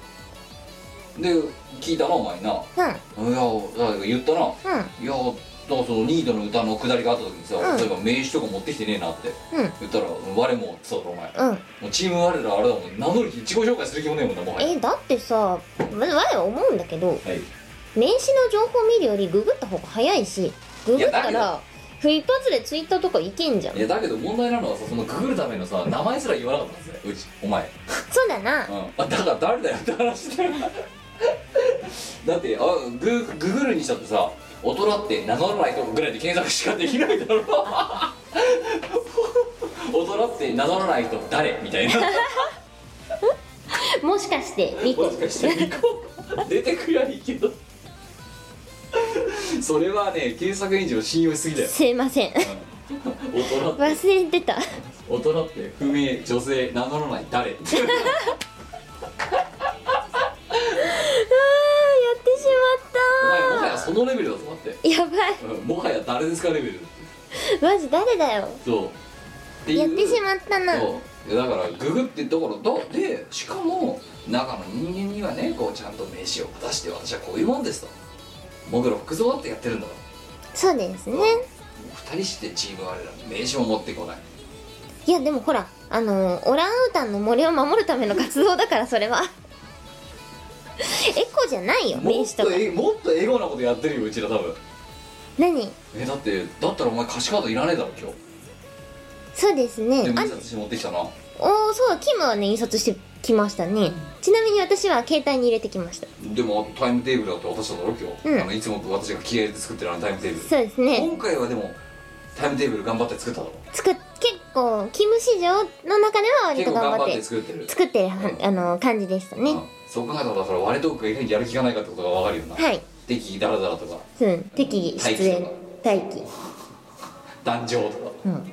C: で聞いたなお前な「いや
A: うん
C: だから言ったな
A: う
C: いやだからそのニートの歌のくだりがあった時にさ、
A: うん
C: 例えば名刺とか持ってきてねえなって
A: んうん
C: 言ったら「我も」ってそうだろお前、
A: うん
C: もうチーム我らあれだもん名乗る気自己紹介する気もねえもんなもはや
A: えだってさわ我は思うんだけど
C: はい
A: 名刺の情報見るよりググった方が早いしググっ
C: い
A: た
C: やだ
A: ら一発でツイッターとかいけんじゃん
C: いやだけど問題なのはさそのググるためのさ名前すら言わなかったんですようちお前
A: そうだな
C: うん、あだから誰だよって話だよ だってあグググルにしたってさ大人って名乗らないとこぐらいで検索しかできないだろ 大人って名乗らない人誰みたいな
A: もしかしてリ
C: も
A: コ
C: しかしてリコ出てくりゃいいけど それはね検索エンジンを信用しすぎだよ
A: すいません
C: 大人って
A: 忘れて た
C: 大人って不明女性名乗らない誰
A: あーやってし
C: お前もはやそのレベルだと思って
A: まったやばい
C: うんもはや誰ですかレベル
A: マジ誰だよ
C: そうっていう
A: やってしまったな
C: そうだからググってだからだでしかも中の人間にはねこうちゃんと名刺を渡して私はこういうもんですと僕ら服装だってやってるんだから
A: そうですね
C: 2人してチーム我ら名刺も持ってこない
A: いやでもほらあのーオランウータンの森を守るための活動だからそれは エコじゃないよ
C: も
A: 名
C: っ
A: 刺と
C: と
A: か
C: えもっとエゴなことやってるようちら多分
A: 何
C: えだってだったらお前貸しカードいらねえだろ今日
A: そうですね
C: でも
A: あ
C: 印刷して持ってきたな
A: おおそうキムはね印刷してきましたねちなみに私は携帯に入れてきました
C: でもタイムテーブルだって渡しただろ今日、
A: うん
C: あのいつも私が気合いで作ってるあのタイムテーブル
A: そうですね
C: 今回はでもタイムテーブル頑張って作っただろ
A: 作っ結構キム市場の中では割と
C: 結構
A: 頑
C: 頑
A: 張っ
C: 張ってて作ってる
A: 作ってるはあの感じでしたね
C: うんそう考えたらだから割れトークがいかにやる気がないかってことがわかるよな、
A: はい
C: 敵意ダラダラとか
A: うん適宜出演待機
C: 壇上とか
A: うん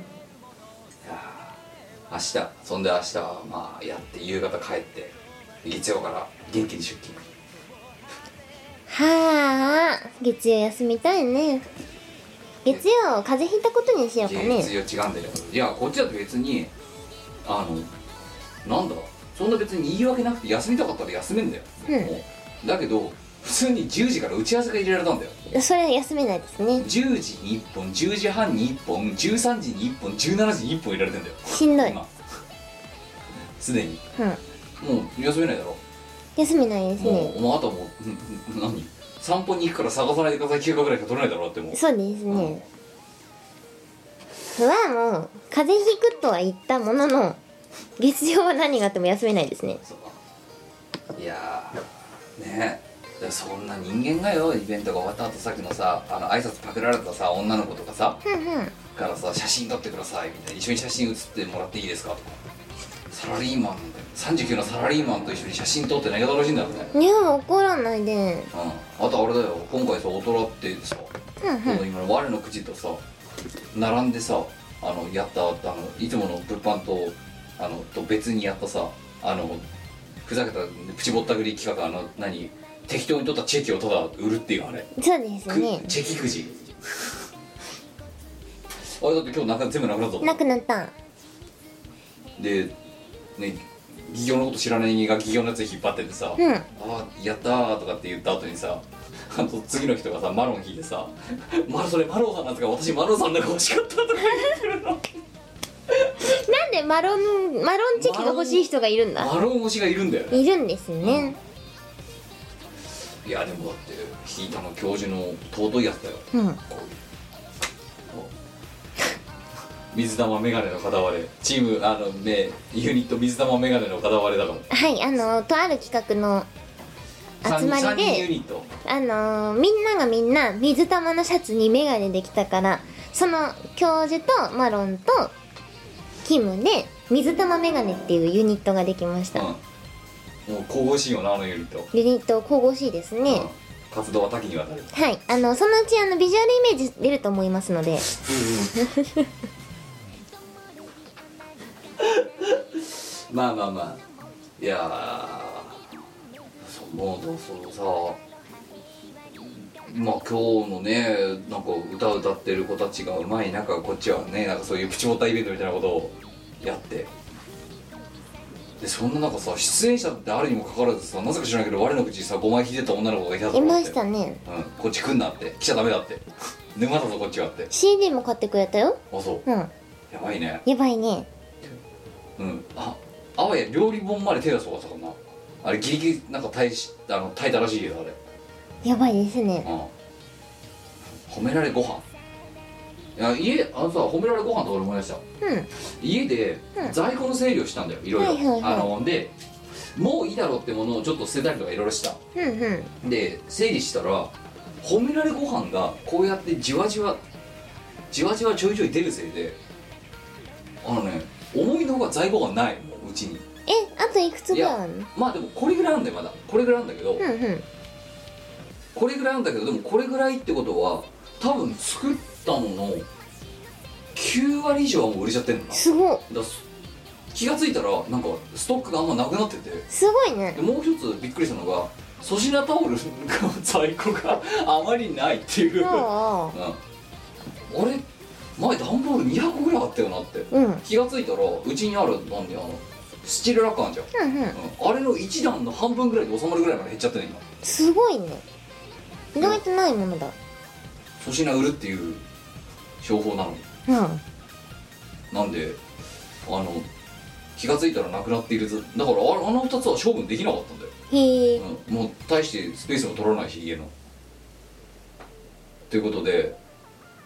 C: 明日そんで明日はまあやって夕方帰って月曜から元気に出勤
A: はあ月曜休みたいね月曜風邪ひいたことにしようかね
C: 月曜違うんだよいやこっちだと別にあのなんだそんな別に言い訳なくて休みたかったら休めんだよ、
A: うん
C: もうだけど普通に10時から打ち合わせが入れられたんだよ
A: それは休めないですね
C: 10時に1本10時半に1本13時に1本17時に1本入れられてんだよ
A: しんどい、
C: 今すでに
A: うん、
C: もう休めないだろ
A: 休めないです
C: も
A: ね
C: うもうあとはもううんうん何散歩に行くから探さないでください休暇ぐらいしか取れないだろうだってもう
A: そうですねはもう風邪ひくとは言ったものの月曜は何があっても休めないですね
C: そうかいやーねえでもそんな人間がよイベントが終わった後さっきのさあの挨拶パクられたさ女の子とかさ
A: ふんふん
C: からさ写真撮ってくださいみたいな一緒に写真写ってもらっていいですかとかサラリーマン39のサラリーマンと一緒に写真撮って投げたらしいんだよね
A: いや怒らないで
C: うんあとあれだよ今回さ大人ってさ、
A: ふんふん
C: この今の我の口とさ並んでさあのやったあのいつもの物販とあのと別にやったさあのふざけたプチぼったくり企画あの何適当に取ったチェキをただ売るっていうあれ、
A: そうです
C: く
A: ね
C: チェキくじあれだって今日なんか全部なくなったぞ
A: なくなった
C: でね企業のこと知らない人間が企業のやつ引っ張っててさ「
A: うん
C: ああやったー」とかって言った後にさあの次の人がさマロン引いてさ 「マロそれマロンさんなんですか私マロンさんのが欲しかった」とか
A: なんでマロンマロンチェキが欲しい人がいるんだ
C: マロン推しがいるんだよね
A: いるんですね
C: いやでもだって引いたの教授の尊いやつだよ
A: うん
C: こういうこう水玉メガネの片割れチームあのねユニット水玉メガネの片割れだから
A: はいあのとある企画の集
C: 三
A: まり
C: 三人ユ
A: で
C: ニット
A: あのみんながみんな水玉のシャツにメガネできたからその教授とマロンとキムで水玉メガネっていうユニットができました、
C: うんもう神々しいよなあのユニット
A: ユニット神々しいですね、
C: うん活動は多岐にわたる
A: はいあのそのうちあのビジュアルイメージ出ると思いますので
C: まあまあまあいやーそうもうそうさまあ今日のねなんか歌歌ってる子たちがうまい中こっちはねなんかそういうプチボタイベントみたいなことをやってでそんな中さ出演者ってあるにもかかわらずさなぜか知らないけど我の口にさ5枚引いてた女の子がいたぞ
A: いましたね
C: うん、こっち来んなって来ちゃダメだって 沼だぞこっちはって
A: CD も買ってくれたよ
C: あそう
A: うん
C: やばいね
A: やばいね
C: うんああわや料理本まで手出そうかったかなあれギリギリなんか耐えしあの耐えたらしいよあれ
A: やばいですね
C: うん褒められご飯いや家あのさ褒められご飯とかで思い出した
A: うん
C: 家で
A: うん
C: 在庫の整理をしたんだよいろいろ、
A: はいはいはい
C: あのでもういいだろうってものをちょっと捨てたりとかいろいろした
A: うんうん
C: で整理したら褒められご飯がこうやってじわじわじわじわちょいちょい出るせいであのね思いのほか在庫がないもううちに
A: えあといくつぐらいあるの
C: まあでもこれぐらいなんだよまだこれぐらいなんだけど、
A: うんうん
C: これぐらいなんだけどでもこれぐらいってことは多分作ったもの9割以上はもう売れちゃってんのかな
A: すご
C: だからす気がついたらなんかストックがあんまなくなってて
A: すごいね
C: でもう一つびっくりしたのが粗品タオルの在庫があまりないっていう、うん、あ
A: あ
C: れ前段ボール200個ぐらいあったよなって
A: あうんうん
C: 気がついたらうちにあるなんであのスチールラッカーあんじゃ
A: う
C: ん、
A: ん
C: うんあれの1段の半分ぐらいで収まるぐらいまで減っちゃってる今
A: すごいね意外とないものだ
C: 粗品売るっていう商法なのに
A: うん
C: なんであの気が付いたらなくなっているずだからああの2つは処分できなかったんだよ、
A: へえ
C: うん、もう大してスペースも取らないし家のということで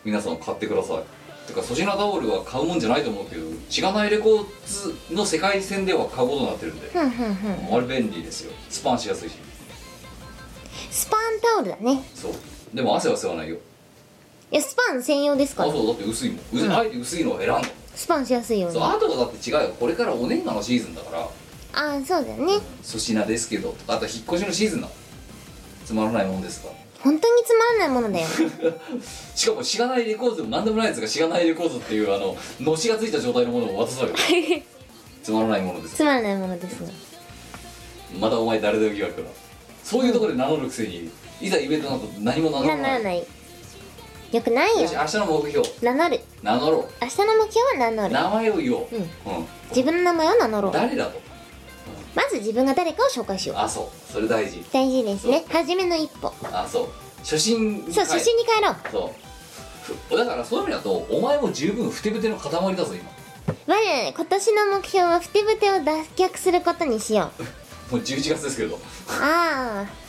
C: 皆さん買ってくださいてか粗品タオルは買うもんじゃないと思うけどしがないレコーズの世界線では買うことになってるんで、
A: ふんふんふん
C: あれ便利ですよスパンしやすいし
A: スパンタオルだね
C: そうでも汗は吸わないよ
A: いやスパン専用ですか
C: あ
A: ら
C: そうだって薄いもん薄い、
A: うん
C: あえて薄いのを選んだ
A: スパンしやすいように
C: そう
A: あ
C: あとはだって違うよこれからお年賀のシーズンだから
A: あそうだよね
C: 粗品ですけどあと引っ越しのシーズンなのつまらないもんですか
A: 本当につまらないものだよ
C: しかもしがないレコードでも何でもないやつがしがないレコードっていうあののしがついた状態のものを 渡されるつまらないものです
A: つまらないものですね
C: またお前誰だよ疑惑だそういうところで名乗るくせにいざイベントなんか何も名乗
A: な
C: ら
A: な
C: ない
A: らないよくない
C: よ
A: よ
C: し明日の目標
A: 名乗る
C: 名乗ろ
A: 明日の目標は名乗
C: う
A: る
C: 名前を言おう、
A: うん
C: うん
A: 自分の名前を名乗ろう
C: 誰だと、
A: まず自分が誰かを紹介しよう
C: あそうそれ大事
A: 大事ですね初めの一歩
C: あそう初心に
A: そう
C: 帰る
A: 初心に帰ろう
C: そうふだからそういう意味だとお前も十分ふてぶての塊だぞ今
A: 我今年の目標はふてぶてを脱却することにしよ う
C: もう11月ですけど
A: ああ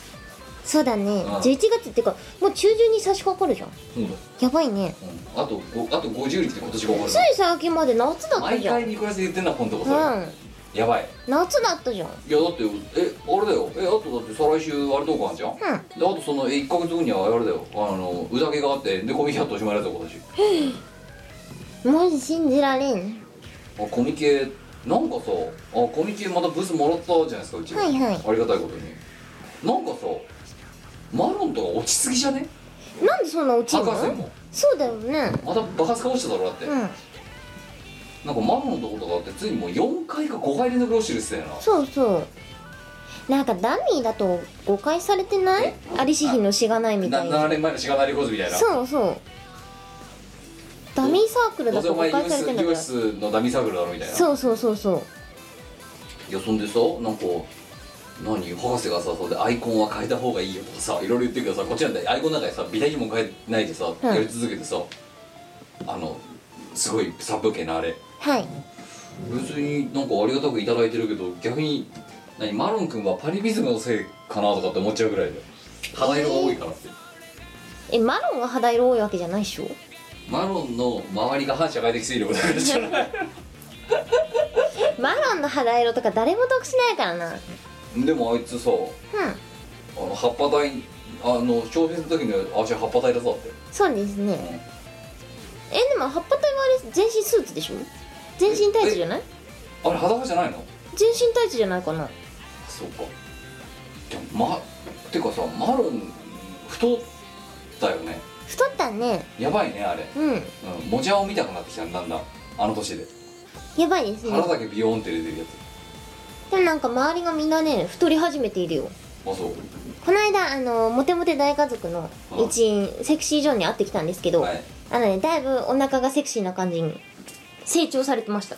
A: そうだね
C: ああ
A: 11月っていうかもう中旬に差し掛かるじゃん
C: うん、うん、
A: やばいね
C: あとごあと50日で今年が終わる
A: つい最近まで夏だった
C: 毎
A: じゃん
C: 回ニコラスで言ってんなこのとこそれ、
A: うん
C: やばい
A: 夏だったじゃん
C: いやだってえあれだよえあとだって再来週あれとかあんじゃん、
A: うん
C: であとその1か月後にはあれだよあのうだけがあってでコミケやっておしまいだぞ今年
A: マジ信じられん
C: あコミケなんかさあコミケまたブースもらったじゃないですかうちが
A: はいはい
C: ありがたいことになんかさマロンとか落ちすぎじゃね
A: なんでそんな落ちる
C: 博士
A: の
C: も
A: そうだよね
C: また爆発か落ちただろだって、
A: う
C: なんか
A: ん
C: マロンとことかだってついにもう4回か5回連続落ちてるっすよな
A: そうそうなんかダミーだと誤解されてないありし日のしがないみた
C: ない7
A: な
C: 年前のしがないレコーズみたいな
A: そうそうダミーサークルだ
C: どうせ
A: と
C: お
A: 誤
C: 前
A: 解されてんだか
C: ユー
A: ら
C: スユースのダミーサークルだろみたいな
A: そうそうそうそう
C: いやそんでさなんか何博士がさそうでアイコンは変えた方がいいよとかさいろいろ言ってるけどさこっちなんてアイコンなんかさビタも変えないでさ、
A: うん
C: やり続けてさあのすごい殺風景なあれ
A: はい
C: 別になんかありがたくいただいてるけど逆に何マロン君はパリビズムのせいかなとかって思っちゃうぐらいで肌色が多いからって、
A: えマロンが肌色多いわけじゃないっしょ
C: マロンの周りが反社会的勢力だからじゃない
A: マロンの肌色とか誰も得しないからなうん
C: でもあいつさあの葉っぱ隊あの小説の時にあっち葉っぱ隊だぞって
A: そうですねえでも葉っぱ体はあれ全身スーツでしょ全身タイツじゃない
C: あれ裸じゃないの
A: 全身タイツじゃないかな
C: そうかでもまてかさマロン太ったよね
A: 太ったね
C: やばいねあれ、
A: うん
C: うん、もじゃを見たくなってきただんだんあの年で
A: やばいですね
C: 腹だけビヨーンって出てるやつ
A: でもなんか周りがみんなね太り始めているよ
C: あそう
A: この間あのモテモテ大家族の一員セクシージョンに会ってきたんですけど、
C: はい
A: あのねだいぶお腹がセクシーな感じに成長されてました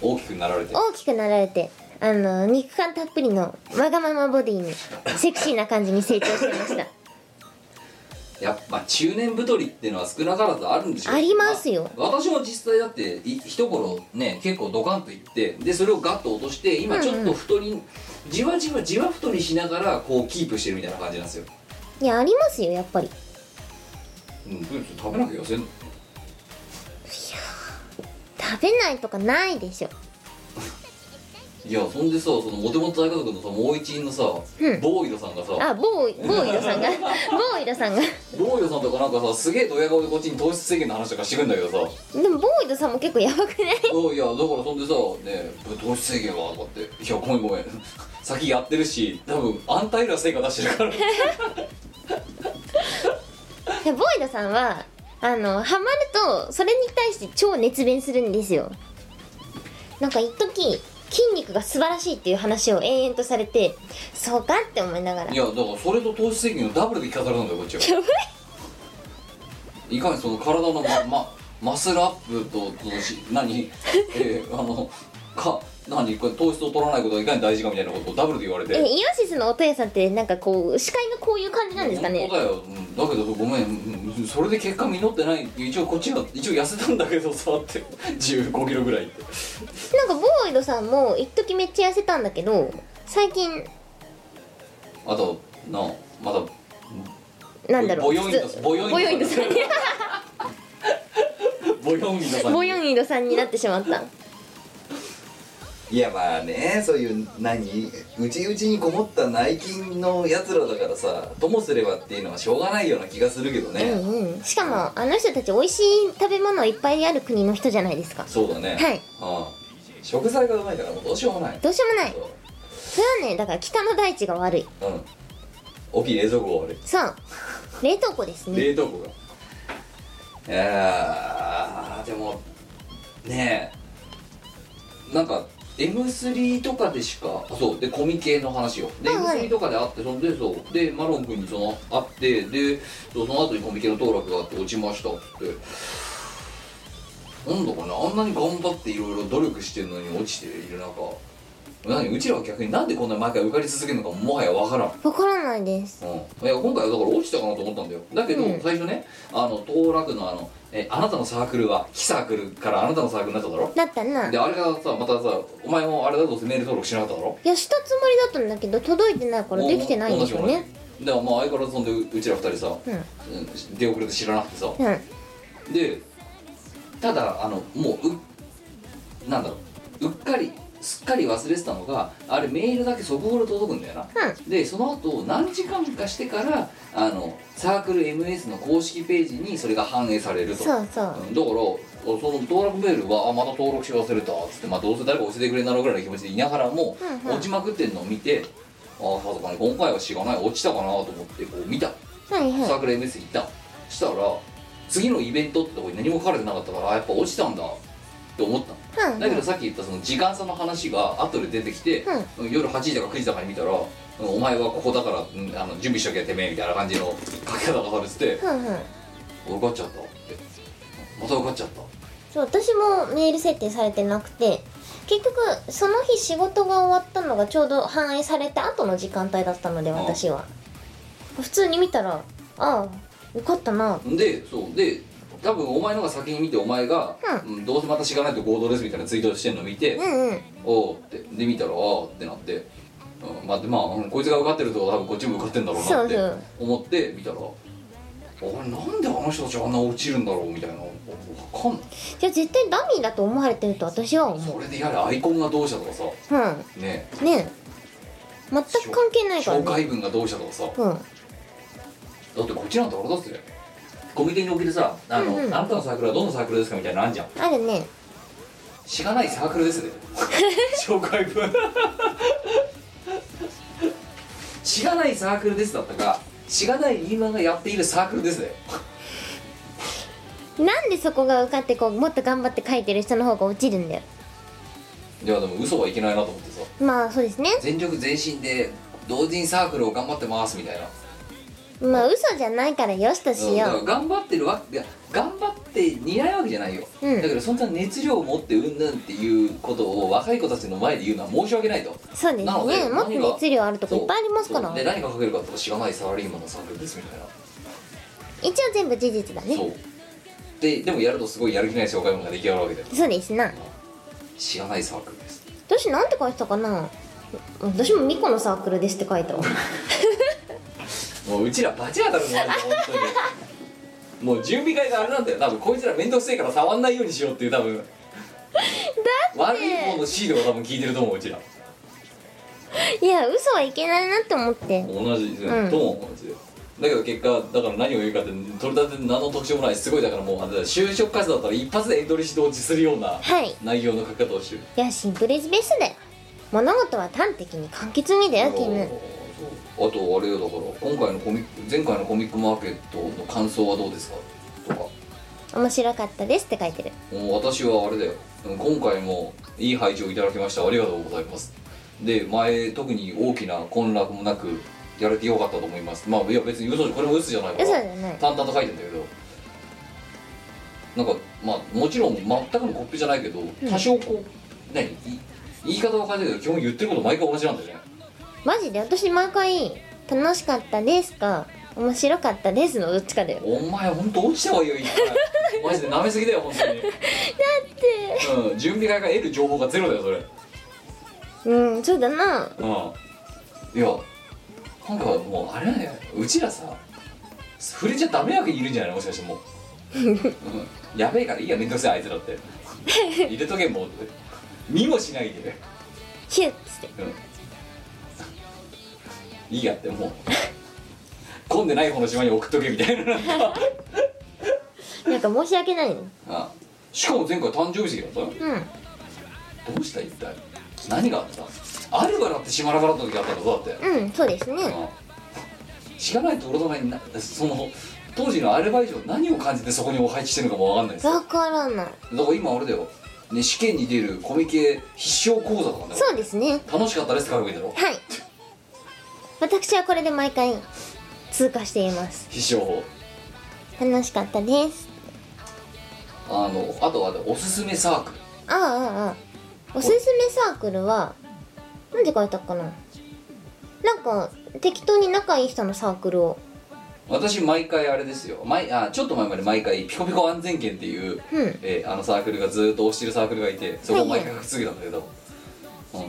C: 大きくなられて
A: 大きくなられてあの肉感たっぷりのわがままボディにセクシーな感じに成長してま した
C: やっぱ中年太りっていうのは少なからずあるんでしょう
A: ありますよ
C: あ私も実際だってい一頃ね結構ドカンといってでそれをガッと落として今ちょっと太り、じわじわじわ太りしながらこうキープしてるみたいな感じなんですよ、
A: いやありますよやっぱり
C: うん、どうやって食べなきゃ痩せんの
A: 食べないとかないでしょ
C: いやそんでさそのモテモテ大家族のさもう一員のさ、
A: うん
C: ボーイドさんがさ
A: あボーイボーイド さんがボーイドさんが
C: ボーイドさんとかなんかさすげえドヤ顔でこっちに糖質制限の話とかしてくんだけどさ
A: でもボーイドさんも結構やばくない
C: おいやだから そんでさ「ねえ糖質制限は?」とかって「いやごめんごめん 先やってるし多分安泰な成果出し てるから」
A: でボイドさんはあのハマるとそれに対して超熱弁するんですよなんか一時筋肉が素晴らしいっていう話を延々とされてそうかって思いながら
C: いやだからそれと糖質制限をダブルで聞かされたんだよこっちは
A: やば
C: いかにその体のま、ま、マスルアップとそのし何 えー、あのか何これ糖質を取らないことがいかに大事かみたいなことをダブルで言われて
A: えイオシスの音屋さんってなんかこう視界がこういう感じなんですかね
C: 本当だよ、うん、だけどごめんうん、うんそれで結果実ってない一応こっちは一応痩せたんだけどさって1 5キロぐらいって
A: なんかボーイドさんも一時めっちゃ痩せたんだけど最近
C: あとなあまだ
A: なんだろう
C: ボヨインド
A: 普通
C: ボヨインド
A: ボヨインドさんに
C: ボヨンギのさんに
A: ボヨインドさんになってしま った
C: いやまあねそういう何うちうちにこもった内勤のやつらだからさともすればっていうのはしょうがないような気がするけどね、
A: うんうんしかもあの人たち美味しい食べ物いっぱいある国の人じゃないですか
C: そうだね
A: はい
C: ああ食材がうまいからもうどうしようもない
A: どうしようもない
C: そ
A: それはねだから北の大地が悪いう
C: うん大きい冷蔵庫が悪い
A: そう冷凍庫ですね
C: 冷凍庫がいやーでもねえなんか M3 とかでしかあそうでコミケの話をで、
A: はいはい
C: M3 とかで会ってそんでそうでマロン君にその会ってでそうその後にコミケの当落があって落ちましたっつってなんだかねあんなに頑張っていろいろ努力してるのに落ちている中何うちらは逆になんでこんな毎回受かり続けるのかもはやわからん
A: わからないです
C: うん、いや今回はだから落ちたかなと思ったんだよだけど、
A: うん
C: 最初ねあの当落のあのえ「あなたのサークルは非サークルからあなたのサークルになっただろ」
A: だったな
C: であれがさまたさお前もあれだとメール登録しなかっただろ
A: いやしたつもりだったんだけど届いてないからできてないんですよね
C: 同じ同じだからまあ相変わらずそんでううちら二人さ、
A: うん
C: うん出遅れて知らなくてさ
A: うん
C: でただあのもううなんだろううっかりすっかり忘れてたのがあれメールだけ速報で届くんだよな、でその後何時間かしてからあのサークル MS の公式ページにそれが反映されると
A: そうそう
C: うんだからその登録メールはあまた登録し忘れたっつって、まあ、どうせ誰か教えてくれんだろうぐらいの気持ちでいながらも、
A: うんうん
C: 落ちまくってんのを見てああさぞかに今回はしがない落ちたかなと思ってこう見た
A: はいはい
C: サークル MS 行ったしたら次のイベントってとこに何も書かれてなかったからあやっぱ落ちたんだって思った
A: うん
C: だけどさっき言ったその時間差の話が後で出てきて、夜8時だか9時だかに見たら「お前はここだから、うんあの準備しとけてめえ」みたいな感じの書き方がされてて
A: うんうん
C: 「受かっちゃった」って「また受かっちゃった」
A: そう私もメール設定されてなくて結局その日仕事が終わったのがちょうど反映された後の時間帯だったので
C: ん
A: 私は普通に見たらああよかったな
C: でそうで多分お前のが先に見てお前が、
A: う
C: うんどうせまた知らないと合同ですみたいなツイートしてんの見て、
A: うんうん
C: おうってで見たらああってなって、うん、まあでまあ、うんこいつが受かってると多分こっちも受かってんだろうなっ
A: そうそう
C: て思って見たら俺なんであの人たちあんな落ちるんだろうみたいなわかんない
A: じゃあ絶対ダミーだと思われてると私は思
C: それでやれアイコンがどうしたとかさ
A: ううん
C: ね
A: ねえ全く関係ないから
C: 紹
A: ね
C: 介文がどうしたとかさ
A: うん
C: だってこっちなんてあれだってコミュニティにおけるさあの、
A: うんうん
C: あなたのサークルはどんなサークルですかみたいなのあんじゃん
A: あるね
C: しがないサークルで すね紹介文しがないサークルですだったかしがないリーマンがやっているサークルですね
A: なんでそこが受かってこうもっと頑張って書いてる人の方が落ちるんだよ
C: いやでも嘘はいけないなと思ってさ
A: まあそうですね
C: 全力全身で同人サークルを頑張ってますみたいな
A: まあ嘘じゃないからよしとし
C: だから
A: よう
C: 頑張ってるわいや頑張って似合うわけじゃないよ、
A: うん
C: だけどそんな熱量を持ってうんぬんっていうことを若い子たちの前で言うのは申し訳ないと
A: そうです
C: なので
A: ねもっ
C: 何が
A: と熱量あるとこいっぱいありますから
C: そうで何が書けるかとか知らないサラリーマンのサークルですみたいな
A: 一応全部事実だね
C: そ
A: そう
C: ででもやるとすごいやる気ない紹介文が出来上がるわけだよ
A: うですな
C: 知らないサークルです
A: 私なんて書いてたかな私もミコのサークルですって書い たわ
C: もううちらバチ当たるのマジで本当にもう準備会があれなんだよ多分こいつら面倒くせえから触んないようにしようっていう多分だって悪い方のシールを多分聞いてると思ううちら
A: いや嘘はいけないなって思って
C: 同じですよ、
A: うん
C: とも思うんですよだけど結果だから何を言うかって取り立て何の特徴もないすごいだからもうあれだ就職活動だったら一発でエントリーして落ちするような
A: はい
C: 内容の書き方をしてる
A: いやシンプルイズベースだよ物事は端的に簡潔にだよキム
C: あとあれよだから今回のコミック前回のコミックマーケットの感想はどうですかとか
A: 面白かったですって書いてる
C: もう私はあれだようん今回もいい配置をいただきましたありがとうございますで前特に大きな混乱もなくやれてよかったと思いますまあいや別に嘘じゃこれも嘘じゃないから
A: 嘘じゃない
C: 淡々と書いてんだけどなんかまあもちろん全くのコップじゃないけど多少こう何い言い方は変えてるけど基本言ってること毎回同じなんだよね
A: マジで私毎回「楽しかったです」か「面白かったです」のどっちかだよ
C: お前ほんと落ちたわよ一回マジで舐めすぎだよ本当にだってうん準備会が得る情報がゼロだよそれ
A: うんそうだな
C: うんいやなんかもうあれだようちらさ触れちゃダメわけいるんじゃないのもしかしてもう、うん、やべえからいいやめんどくせえあいつだって入れとけもうって見もしないで、
A: ヒュッつって
C: うん、いいやってもう混んでない方の島に送っとけみたいななんか
A: なんか申し訳ないの
C: あしかも前回誕生日席だったよ
A: うん
C: どうした一体何があったアルバだって島ラバだった時あったのだって、
A: うんそうですね
C: 知らないところとかになその当時のアルバイト何を感じてそこにお配置してるのかもわかんないですよ
A: わからない
C: だから今あれだよ、ね、試験に出るコミケ必勝講座とかね
A: そうですね
C: 楽しかったですかけばいいだろ
A: はい私はこれで毎回通過しています
C: 必勝法
A: 楽しかったです
C: あのあとはねおすすめサークル
A: ああああああおすすめサークルはなんで書いたっかななんか適当に仲いい人のサークルを
C: 私毎回あれですよ毎あちょっと前まで毎回ピコピコ安全圏っていう、
A: うん
C: えーあのサークルがずーっと推してるサークルがいてそこを毎
A: は
C: 回くっつけたんだけど、うん、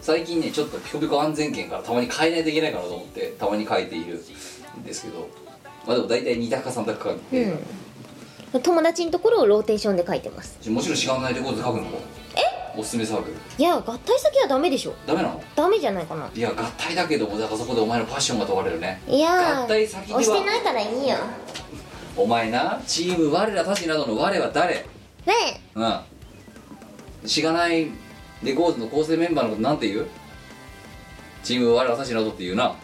C: 最近ねちょっとピコピコ安全圏からたまに変えないといけないかなと思ってたまに変えているんですけどまあでも大体2択か3択かかって、
A: うん友達のところをローテーションで書いてます
C: もちろん知らないところで書くのもえおすすめサークル
A: いや合体先はダメでしょ
C: ダメなの
A: ダメじゃないかない
C: や合体だけどもだからそこでお前のパッションが問われるね
A: いやー
C: 合体先では
A: 押してないからいいよ
C: お前なチーム我らたちなどの我は誰
A: ね
C: うんしがないレコーズの構成メンバーのことなんて言うチーム我らたちなどって言うな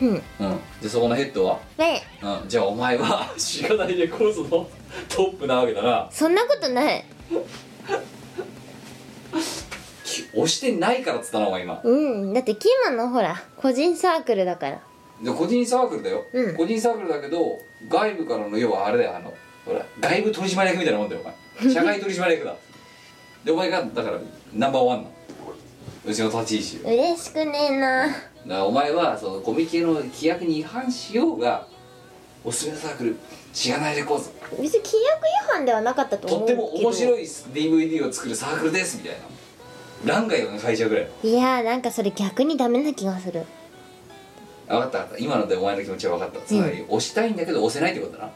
A: えうんね
C: うんでそこのヘッドは
A: え
C: うんじゃあお前は しがないレコーズのトップなわけだな
A: そんなことない
C: き押してないからっつったなお前今
A: うんだってキーマンのほら個人サークルだから
C: で個人サークルだよ、
A: うん
C: 個人サークルだけど外部からの要はあれだよあのほら外部取締役みたいなもんだよお前社外取締役だでお前がだからナンバーワンなのうちの立ち位置よ
A: 嬉しくねえな
C: だからお前はそのコミケの規約に違反しようがおすすめのサークル知らないレコーズ
A: 別に規約違反ではなかったと
C: と
A: 思
C: っ
A: うけ
C: て
A: ど
C: も面白い DVD を作るサークルですみたいな欄外をね会社ぐらい
A: いやーなんかそれ逆にダメな気がする
C: あ分かった分かった今のでお前の気持ちは分かったつまり押したいんだけど押せないってことだな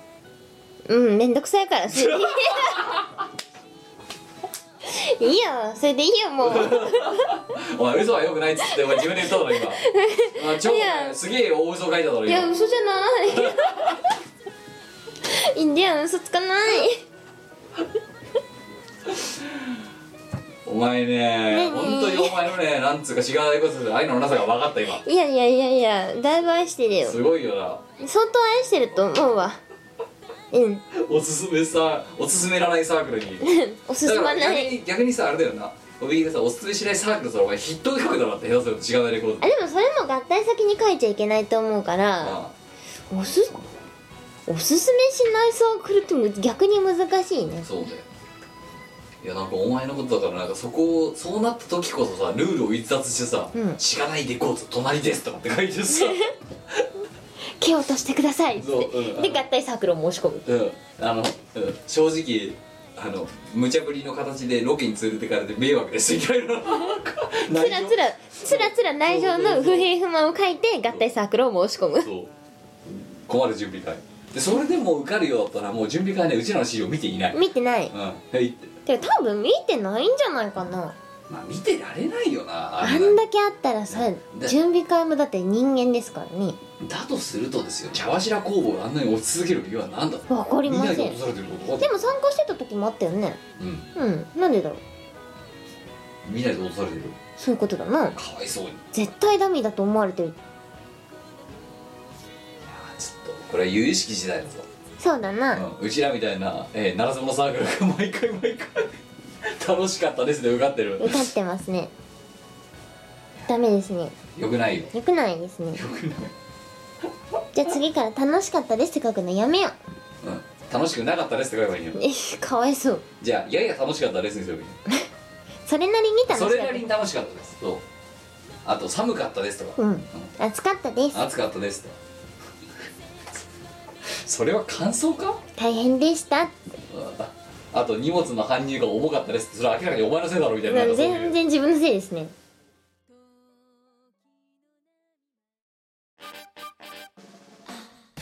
A: うんめんどくさいからそ れでいいよそれでいいよ もう
C: お前嘘はよくないっつってお前自分で言っただ ろ今あ超
A: いや
C: すげえ大嘘書いただろ
A: いや
C: 今
A: 嘘じゃないいいんだよ嘘つかない
C: お前
A: 何
C: ね本当にお前のねなんつうか違うことする愛のなさが分かった今
A: いやいやいやいやだいぶ愛してるよ
C: すごいよな
A: 相当愛してると思うわうん
C: おすすめさおすすめらないサークルに
A: おすすめ
C: だか
A: な
C: ら逆
A: い
C: に逆にさあれだよなおびがさおすすめしないサークルさお前ヒットで書くだろって下手すると違うレコー
A: あ
C: ド
A: でもそれも合体先に書いちゃいけないと思うから
C: あ
A: おすおすすめしないサークルってむ逆に難しいね
C: あそうだよいやなんかお前のことだからなんかそこをそうなった時こそさルールを逸脱してさ
A: うん
C: 「知らないレコード隣です」とかって書いてさ
A: 蹴落としてくださいっつ
C: そ
A: っ
C: ううん
A: てで合体サークルを申し込む
C: うんあの、うん、正直あの無茶ぶりの形でロケに連れてかれて迷惑ですみ たいな
A: つらつらつらつら内情の不平不満を書いて合体サークルを申し込む
C: そう困る準備会でそれでも受かるようだったらもう準備会ねうちらの資料見ていない
A: 見てない
C: うんはいって
A: てか多分見てないんじゃないかな
C: まあ見てられないよな
A: あ
C: れ
A: んだけあったらさ
C: だ
A: 準備会もだって人間ですからね
C: だとするとですよ茶柱工房があんなに落ち続ける理由は何だ
A: わかり
C: みん
A: ま
C: な
A: せん
C: に
A: で
C: 落とされてること
A: も参加してた時もあったよね
C: うん
A: うんなんでだろう
C: みんなに落とされてる
A: そういうことだな
C: かわいそうにいや
A: 絶対ダミーだと思われてる
C: ーちょっとこれは由々しき時代だぞ
A: そうだな、
C: うんうちらみたいな、えー、ならず者サークルが毎回毎回楽しかったですで受かってる
A: 受かってますねダメですね
C: よくないよ
A: よくないですねじゃあ次から楽しかったですって書くのやめよ
C: うん楽しくなかったですって書けばいいよ
A: うえかわいそう
C: じゃあやや楽しかったですにすればいいよ
A: それなりに楽しか
C: そ
A: った
C: れなりに楽しかったですそうあと寒かったですとか、
A: うん暑かったです
C: 暑かったですとかそれは感想か
A: 大変でした
C: あと荷物の搬入が重かったですってそれは明らかにお前のせいだろみたいななんかそういう
A: 全然自分のせいですね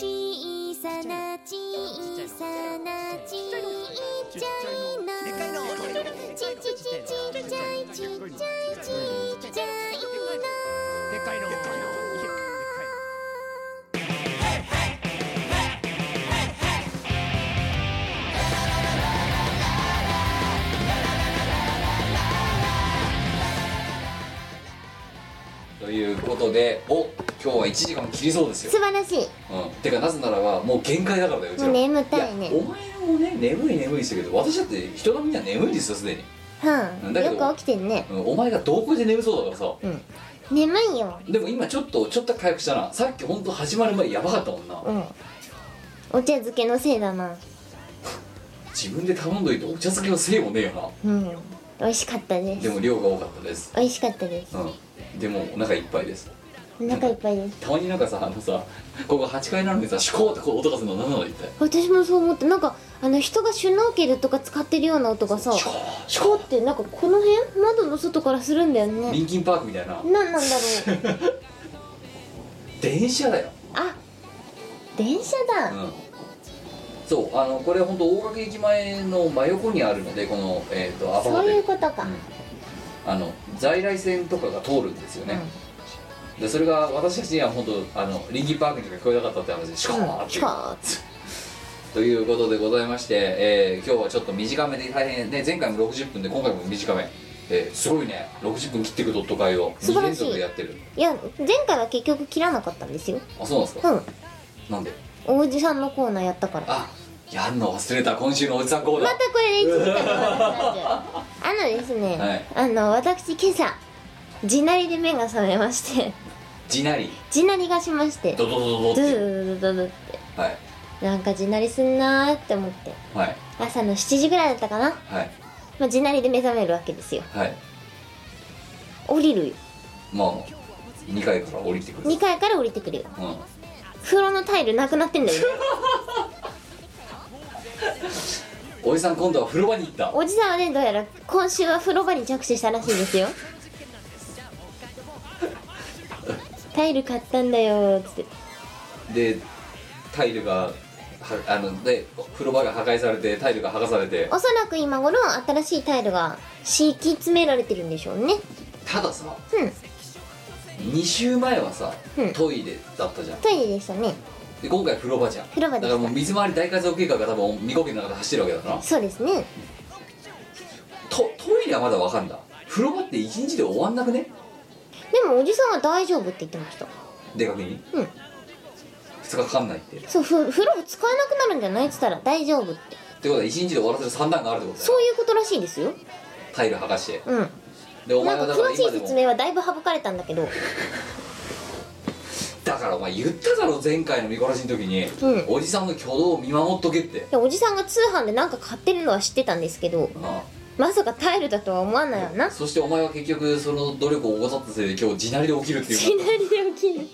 D: 小さな小さなちっちゃいな
E: でっかいの
D: ちっちちちっちゃいちっちゃいちっちゃい
E: でっかいの
C: ということでお今日は1時間切りそうですよ
A: 素晴らしい
C: うん、てかなぜならばもう限界だからだようちら
A: もう眠たいね
C: やお前もね眠い眠いしてるけど私だって人のみんな眠いんですよすでに、
A: はん
C: だけ
A: よ
C: ど
A: く起きてるね
C: うん、お前が同行で眠そうだからさ
A: うん眠いよ
C: でも今ちょっとちょっと回復したなさっき本当始まる前やばかったもんな
A: うんお茶漬けのせいだな
C: 自分で頼んどいてお茶漬けのせいもねえよ
A: うん美味しかったで
C: なですも量が多かったです
A: 美味しかったです
C: うんでもお腹いっぱいです
A: お腹いっぱいです
C: たまになんかさあのさここ8階なのにさシュコーってこう音がするの何なの一体
A: 私もそう思ったなんかあの人がシュノーケルとか使ってるような音がさ
C: シュコーシュ
A: こ
C: コ
A: うってなんかこの辺窓の外からするんだよ
C: ーリ
A: ね
C: ンキンパークみたいな
A: なんなんだろ う
C: 電車だよ
A: あ電車だ、
C: うんそうあのこれ本当大垣駅前の真横にあるのでこの、えー、とアパホ
A: そう
C: テ
A: いう
C: ル
A: ことか、
C: あの在来線とかが通るんですよね、でそれが私たちには本当あのリンキンパークにしか聞こえなかったって話でシュコーって
A: し
C: いう、
A: か
C: ということでございまして、えー今日はちょっと短めで大変ね前回も60分で今回も短め、えーすごいね60分切っていくドット会を
A: 素
C: 2
A: 晴ら
C: 連
A: しい
C: 続でやってる
A: いや前回は結局切らなかったんですよ
C: あそうなんです
A: う
C: か、
A: ん
C: なんで
A: おじさんのコーナーやったからま
C: あやんの忘れた今週のおじさんコーナー
A: たこれで1時間になっちゃうあのですね、
C: はい
A: あの私今朝地鳴りで目が覚めまして
C: 地なり
A: 地鳴りがしまして
C: ドドドドド
A: ドゥ
C: って
A: ドゥドゥドゥって
C: はい
A: なんか地鳴りすんなーって思って
C: はい
A: 朝の7時ぐらいだったかな、
C: はい
A: まあ、地鳴りで目覚めるわけですよ
C: はい
A: 降りるよ
C: まあ2階から降りてくる
A: 2階から降りてくるよ
C: うん
A: 風呂のタイルなくなってんだよ
C: おじさん今度は風呂場に行った
A: おじさんはねどうやら今週は風呂場に着手したらしいです よタイル買ったんだよーっつって
C: でタイルがはあので風呂場が破壊されてタイルが剥がされて
A: おそらく今頃新しいタイルが敷き詰められてるんでしょうね
C: たださ
A: うん
C: 2週前はさ
A: うん
C: トイレだったじゃん
A: トイレでしたね
C: で今回風呂場じゃん
A: 風呂場
C: だ
A: で
C: か
A: し
C: らもう水回り大改造計画が多分未公開の中で走ってるわけだな
A: たそうですね
C: トトイレはまだわかんだ風呂場って1日で終わんなくね
A: でもおじさんは大丈夫って言ってました
C: でかくに
A: うん
C: 2日かかんないってってこ
A: そうふ風呂使えなくなるんじゃないっつったら大丈夫って
C: とは1日で終わらせる算段があるってことだよ
A: そういうことらしいですよ
C: タイル剥がして
A: うん
C: でお前
A: な
C: は
A: んか
C: だから
A: 詳し
C: 今
A: い
C: で
A: 説
C: も
A: 明はだいぶ省かれたんだけど
C: だからお前言っただろ前回の見こらしの時に、
A: うん
C: おじさんの挙動を見守っとけって
A: でおじさんが通販でなんか買ってるのは知ってたんですけど
C: あ
A: まさかタイルだとは思わないわな
C: あそしてお前は結局その努力を怠ったせいで今日地鳴りで起きるって
A: シ
C: いう
A: ナリオ切る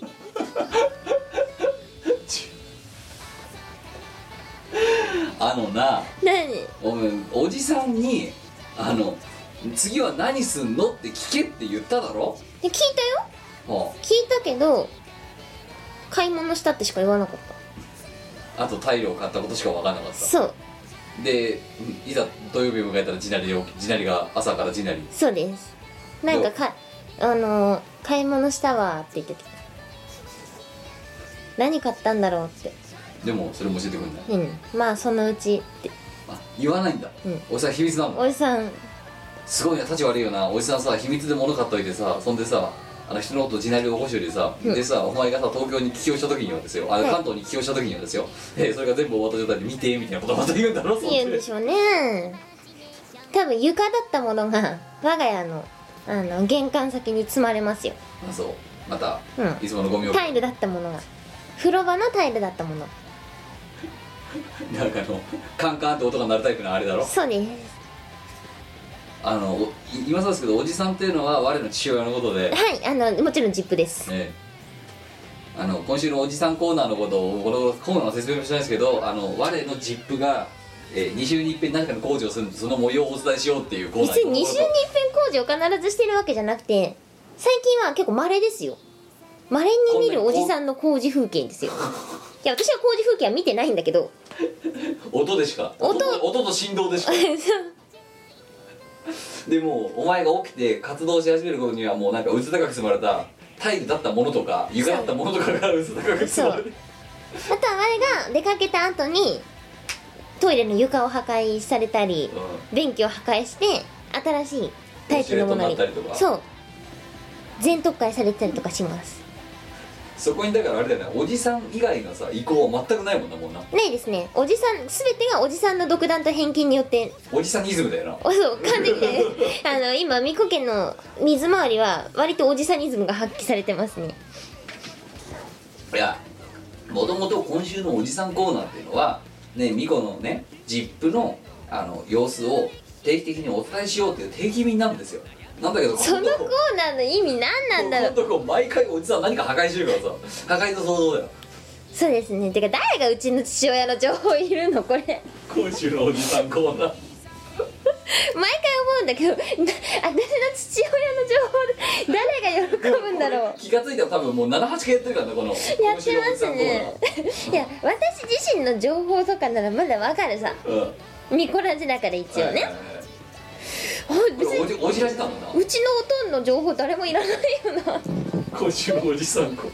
C: あのな
A: 何
C: お前おじさんにあの次は何すんのって聞けって言っただろ、
A: で聞いたよ
C: は
A: 聞いたけど買い物したってしか言わなかっ
C: あ、あとタイルを買ったことしか分からなかった
A: そう
C: たでうんいざ土曜日を迎えたら地鳴りで起き地鳴りが朝から地鳴り
A: そうですなんかかあのー買い物したわーって言ってた何買ったんだろうって
C: でもそれも教えてくんない
A: うんまあそのうちって
C: あ言わないんだ、
A: うん
C: おじさん秘密なんだ
A: おじさん
C: すごいな立ち悪いよなおじさんさ秘密で物買っといてさそんでさあの人のこと地鳴りを起こしよりさ、
A: うん
C: でさお前がさ東京に帰郷した時にはですよあの
A: はい
C: 関東に帰郷した時にはですよ、えーそれが全部終わった状態で見てみたいなことまた言うんだろそん
A: 言うんでしょうね多分床だったものが我が家のあの玄関先に積まれますよ
C: あそうまた、
A: うん
C: いつものゴミを
A: タイルだったものが風呂場のタイルだったもの
C: なんかあのカンカンって音が鳴るタイプのあれだろ
A: そうです
C: あのおい今さですけどおじさんっていうのは我の父親のこと で、
A: はいあのもちろんジップです
C: ええあの今週のおじさんコーナーのことをこのコーナーの説明もしないですけどあの我のジップが、え2週に一遍何かの工事をするんでその模様をお伝えしようっていうコーナー
A: 別に2週に一遍工事を必ずしてるわけじゃなくて 最近は結構稀ですよ稀に見るおじさんの工事風景ですよや私は工事風景は見てないんだけど
C: 音でしか
A: 音
C: と音と振動でしかでもうお前が起きて活動し始める頃にはもうなんかうつ高く積まれたタイルだったものとか床だったものとかがうつ高く積まれる
A: あとは我が出かけた後にトイレの床を破壊されたり便器を破壊して新しいタイプのもの
C: シルエットになったりとか
A: そう全特解されてたりとかします
C: そこにだからあれだよねおじさん以外のさ意向は全くないもんなもんな
A: ないですねおじさん全てがおじさんの独断と偏見によって
C: おじさんイズムだよ
A: おそう完璧ですあの今巫女家の水回りは割とおじさんイズムが発揮されてますね
C: ないやもともと今週のおじさんコーナーっていうのはねミコのねジップのあの様子を定期的にお伝えしようっていう定期便なんですよなんだけど
A: そのコーナーの意味何なんだろう
C: このとこ毎回おじさん何か破壊してるからさ破壊の想像だよ
A: そうですねてか誰がうちの父親の情報いるのこれ毎回
C: 今週のおじさんコーナー
A: 思うんだけどな私の父親の情報で誰が喜ぶんだろう
C: 気がついたら多分もう78回やってるからねこのや
A: やってますねいや私自身の情報とかならまだわかるさ
C: うんは
A: ミコラジだから一
C: いは
A: 応
C: いはい
A: ねあ
C: こ
A: 別
C: れお
A: に
C: じおじらじだもんな
A: うちのおとんの情報誰もいらないよな
C: 今週のおじさんこ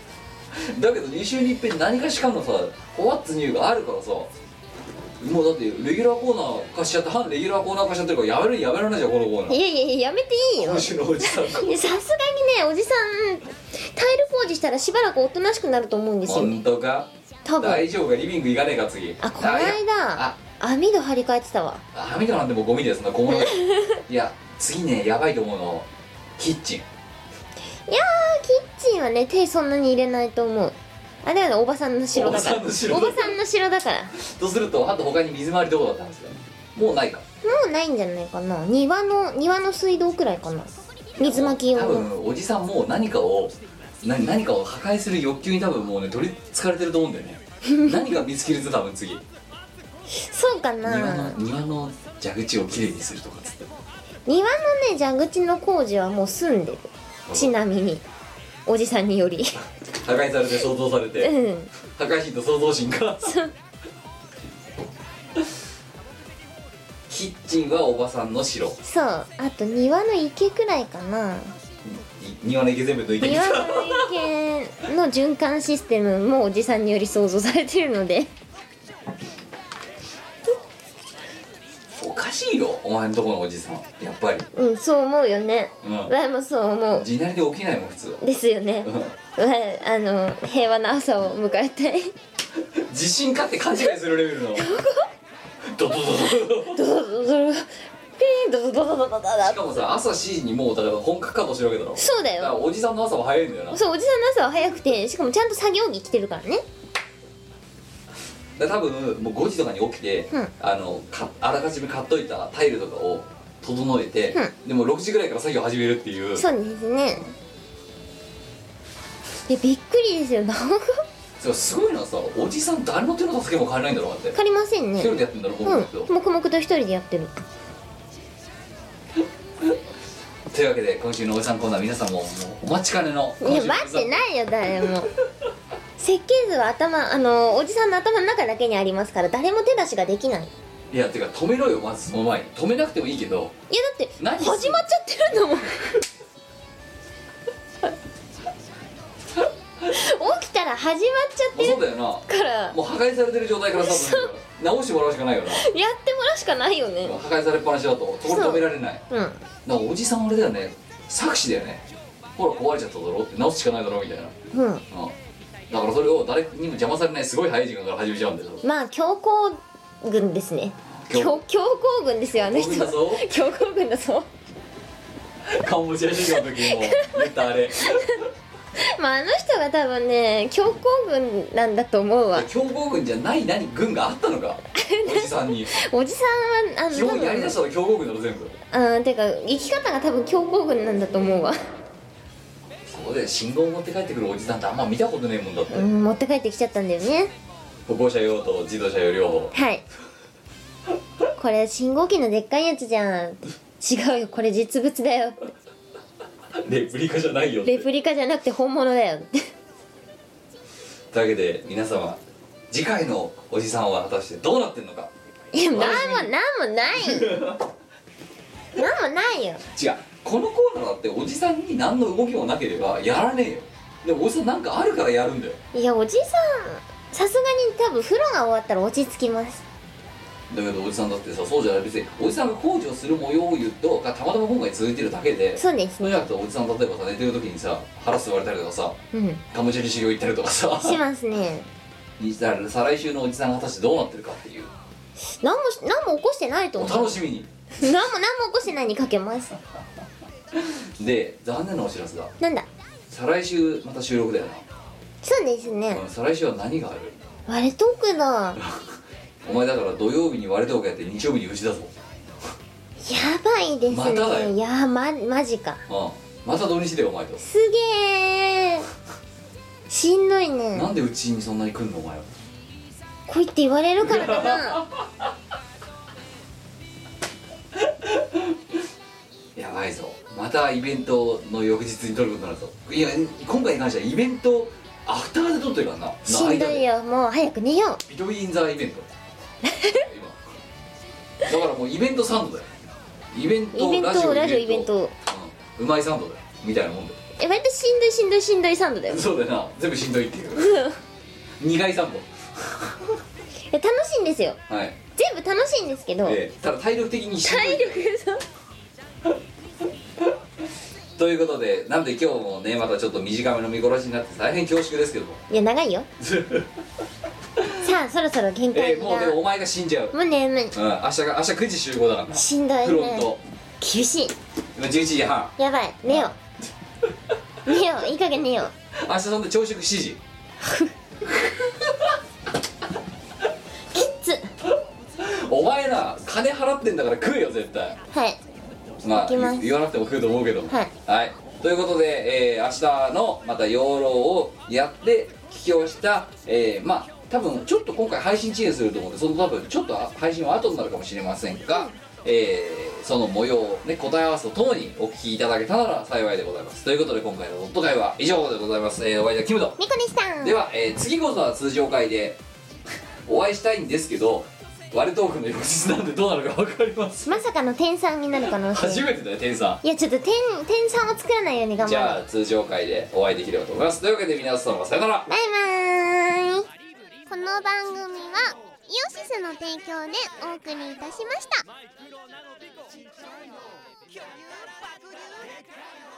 C: だけど2週に一遍何かしかのさ「おわっつニュー」があるからさもうだってレギュラーコーナー化しちゃって反レギュラーコーナー化しちゃってるからやめるにやめられないじゃんこのコーナ
A: い
C: ー
A: やいやいややめていいよ
C: 今
A: さす
C: 週のおじさんこ
A: がにねおじさんタイル工事したらしばらくおとなしくなると思うんですよ
C: 本当か
A: 多分
C: 大丈夫かリビング行かねえか次
A: あこの
C: いや
A: 間
C: あ
A: 網戸張り替えてたわ
C: あ網戸なんてもうゴミですな小物だよいや次ねやばいと思うのキッチン
A: いやーキッチンはね手そんなに入れないと思うあれはねおばさんの城だから
C: おばさんの城
A: おばさんの城だから
C: とするとあと他に水回りどこだったんですかもうないか
A: もうないんじゃないかな庭の庭の水道くらいかな水まき用
C: 多
A: の
C: 分おじさんもう何かを何何かを破壊する欲求に多分もうね取りつかれてると思うんだ よね何か見つけると多分次
A: そうかな
C: 庭
A: 庭
C: の
A: の
C: 庭の蛇口をきれいにするとかっつって
A: ね蛇口の工事はもう済んでるちなみにおじさんによ り
C: 破壊されて想像され
A: う
C: て
A: ん
C: 破壊神と創造神がキッチンはおばさんの城い
A: そうあと庭の池くらいかな
C: 庭の池全部抜いてき
A: 庭
C: た
A: の池の循環システムもおじさんにより想像されてるので
C: おかしいよお前のとこのおじさんやっぱり
A: うんそう思うよね
C: うん
A: わもそう思う
C: 地鳴りで起きないもん 普通は
A: ですよね
C: うん
A: わあの平和な朝を迎えたい
C: 地震かって勘違いするレベルのドドドドド
A: ドドドドドピーンドドドドドドド
C: しかもさ朝7時にもうだから本格稼働してるわけだろ
A: そうだ
C: だから
A: よ
C: おじさんの朝は早いんだよなだか
A: そうおじさんの朝は早くてしかもちゃんと作業着着てるからね
C: ら多分もう5時とかに起きて、
A: うん
C: あのかあらかじめ買っといたタイルとかを整えて、
A: う
C: でも6時ぐらいから作業始めるっていう
A: そうですねいやびっくりですよ何も
C: そうすごいのはさおじさん誰の手の助けも借りないんだろうだって
A: 分かりません
C: 一
A: ね
C: 人でやってんだろこの人、
A: うん黙々と一人でやってる
C: というわけで今週のおじさんコーナー皆さんももうお待ちかねの
A: い
C: 今
A: や
C: 週の
A: 待っ
C: おじさん
A: てないよ誰も設計図は頭あのおじさんの頭の中だけにありますから誰も手出しができないいや
C: いやてか止めろよまずその前に止めなくてもいいけど
A: だって
C: 何する
A: 始まっちゃってるんだもん起きたら始まっちゃっ
C: まあ
A: て
C: そう
A: る
C: だよな
A: から
C: もう破壊されてる状態からさ直してもらうしかないよな
A: やってもらうしかないよね
C: 破壊されっぱなしだとそこで止められないだか
A: うん
C: らおじさんあれだよね作詞だよねほら壊れちゃっただろって直すしかないだろみたいな、
A: うん
C: うん、だからそれを誰にも邪魔されないすごい早い時間から始めちゃうんだよ
A: まあ強行軍ですね
C: 強
A: 強強行軍ですよあの人
C: 強行軍だぞ
A: 強行軍だぞ
C: カンボジア修行の時も言った あれ
A: まああの人が多分ね強行軍なんだと思うわ
C: 強豪軍じゃない何軍があったのかおじさん に
A: おじさんはあの
C: 基
A: 多
C: 本やりだし
A: 分
C: たら強豪軍だろ全部
A: うんてか生き方が多分強行軍なんだと思うわ、
C: そこで信号を持って帰ってくるおじさんってあんま見たことねえもんだって、
A: うん、持って帰ってきちゃったんだよね
C: 歩行者用と自動車用両方
A: はいこれ信号機のでっかいやつじゃん違うよこれ実物だよ
C: レプリカじゃないよって
A: レプリカじゃなくて本物だよ
C: というわけで皆様次回のおじさんは果たしてどうなってんのか
A: いやなんもなんもないなんもないよ
C: 違うこのコーナーだっておじさんに何の動きもなければやらねえよでもおじさんなんかあるからやるんだよ
A: いやおじさんさすがに多分風呂が終わったら落ち着きます
C: だけどおじさんだってさそうじゃない別におじさんが工事をする模様を言うとがたまたま今回続いてるだけで
A: そうです
C: そうじ
A: ね
C: ゃなくておじさん例えばさ寝てる時にさ腹吸われたりとかさ
A: うん
C: カムチャに修行行ったりとかさ
A: しますね
C: にしたら再来週のおじさんが果たしてどうなってるかっていう
A: 何もし何も起こしてないと
C: お
A: 思う
C: 楽しみに
A: 何も何も起こしてないにかけます
C: で残念なお知らせだ
A: なんだ
C: 再来週また収録だよ
A: そうですね
C: な、うん、再来週は何がある
A: 割れトークだや
C: お前だから土曜日に割れておけって日曜日に牛だぞ
A: ばいですね、
C: まただよ
A: いやまマジか
C: うんまた土日だよお前と
A: すげえしんどい
C: な
A: ね
C: んでうちにそんなに来んのお前は
A: 来いって言われるからかな
C: やばいぞまたイベントの翌日に撮ることになるぞいや今回に関してはイベントアフターで撮ってるからな
A: しんどいよもう早く寝よ
C: ビトインザイベント今だからもうイベントサンドだよイベン
A: うイ
C: ト
A: ベン
C: ラジ
A: ト
C: オ
A: ラジオイベント
C: うんうまいサンドだよみたいなもんだよ
A: え割としんどいしんどいしんどいサンドだよ
C: そうだよな全部しんどいっていう 苦いサンド
A: え楽しいんですよ
C: はい、
A: 全部楽しいんですけど、
C: えーただ体力的にしんどい
A: 体力そう
C: ということでなんで今日もねまたちょっと短めの見殺しになって大変恐縮ですけども、
A: いや長 いよさあそろそろ限
C: え
A: 界
C: ー
A: が、
C: もうでもお前が死んじゃう、
A: もう眠い
C: うん、明日が明日9時集合だからな
A: しんどい
C: フロン
A: ね
C: ト
A: 厳しい
C: 今11時半
A: やばい寝よう寝よういい加減寝よう
C: 明日そんで朝食7時
A: キッズ
C: お前な金払ってんだから食えよ絶対
A: はい
C: まあ
A: いきます
C: 言わなくても食うと思うけども
A: はい、
C: ということで、えー明日のまた養老をやって帰郷した、えーまあ多分ちょっと今回配信遅延すると思うんでその多分ちょっと配信は後になるかもしれませんが、えーその模様をね答え合わせとともにお聞きいただけたなら幸いでございますということで今回の「ドット会」は以上でございます、えー、お会いはキムと
A: ニコでした
C: では、えー次こそは通常会でお会いしたいんですけど割れトークの翌日なんでどうなるか分かります
A: まさかの天さんになる可能
C: 初
A: 性
C: めてだよ天さん
A: いやちょっと天天さんを作らないように頑
C: じ
A: 張ろ
C: ゃ
A: う
C: あ通常回でお会いできればと思いますというわけで皆様さよなら
A: バイバーイこの番組はイオシスの提供でお送りいたしました
E: マイクロナノビコちっちゃいのキュン爆流でかいの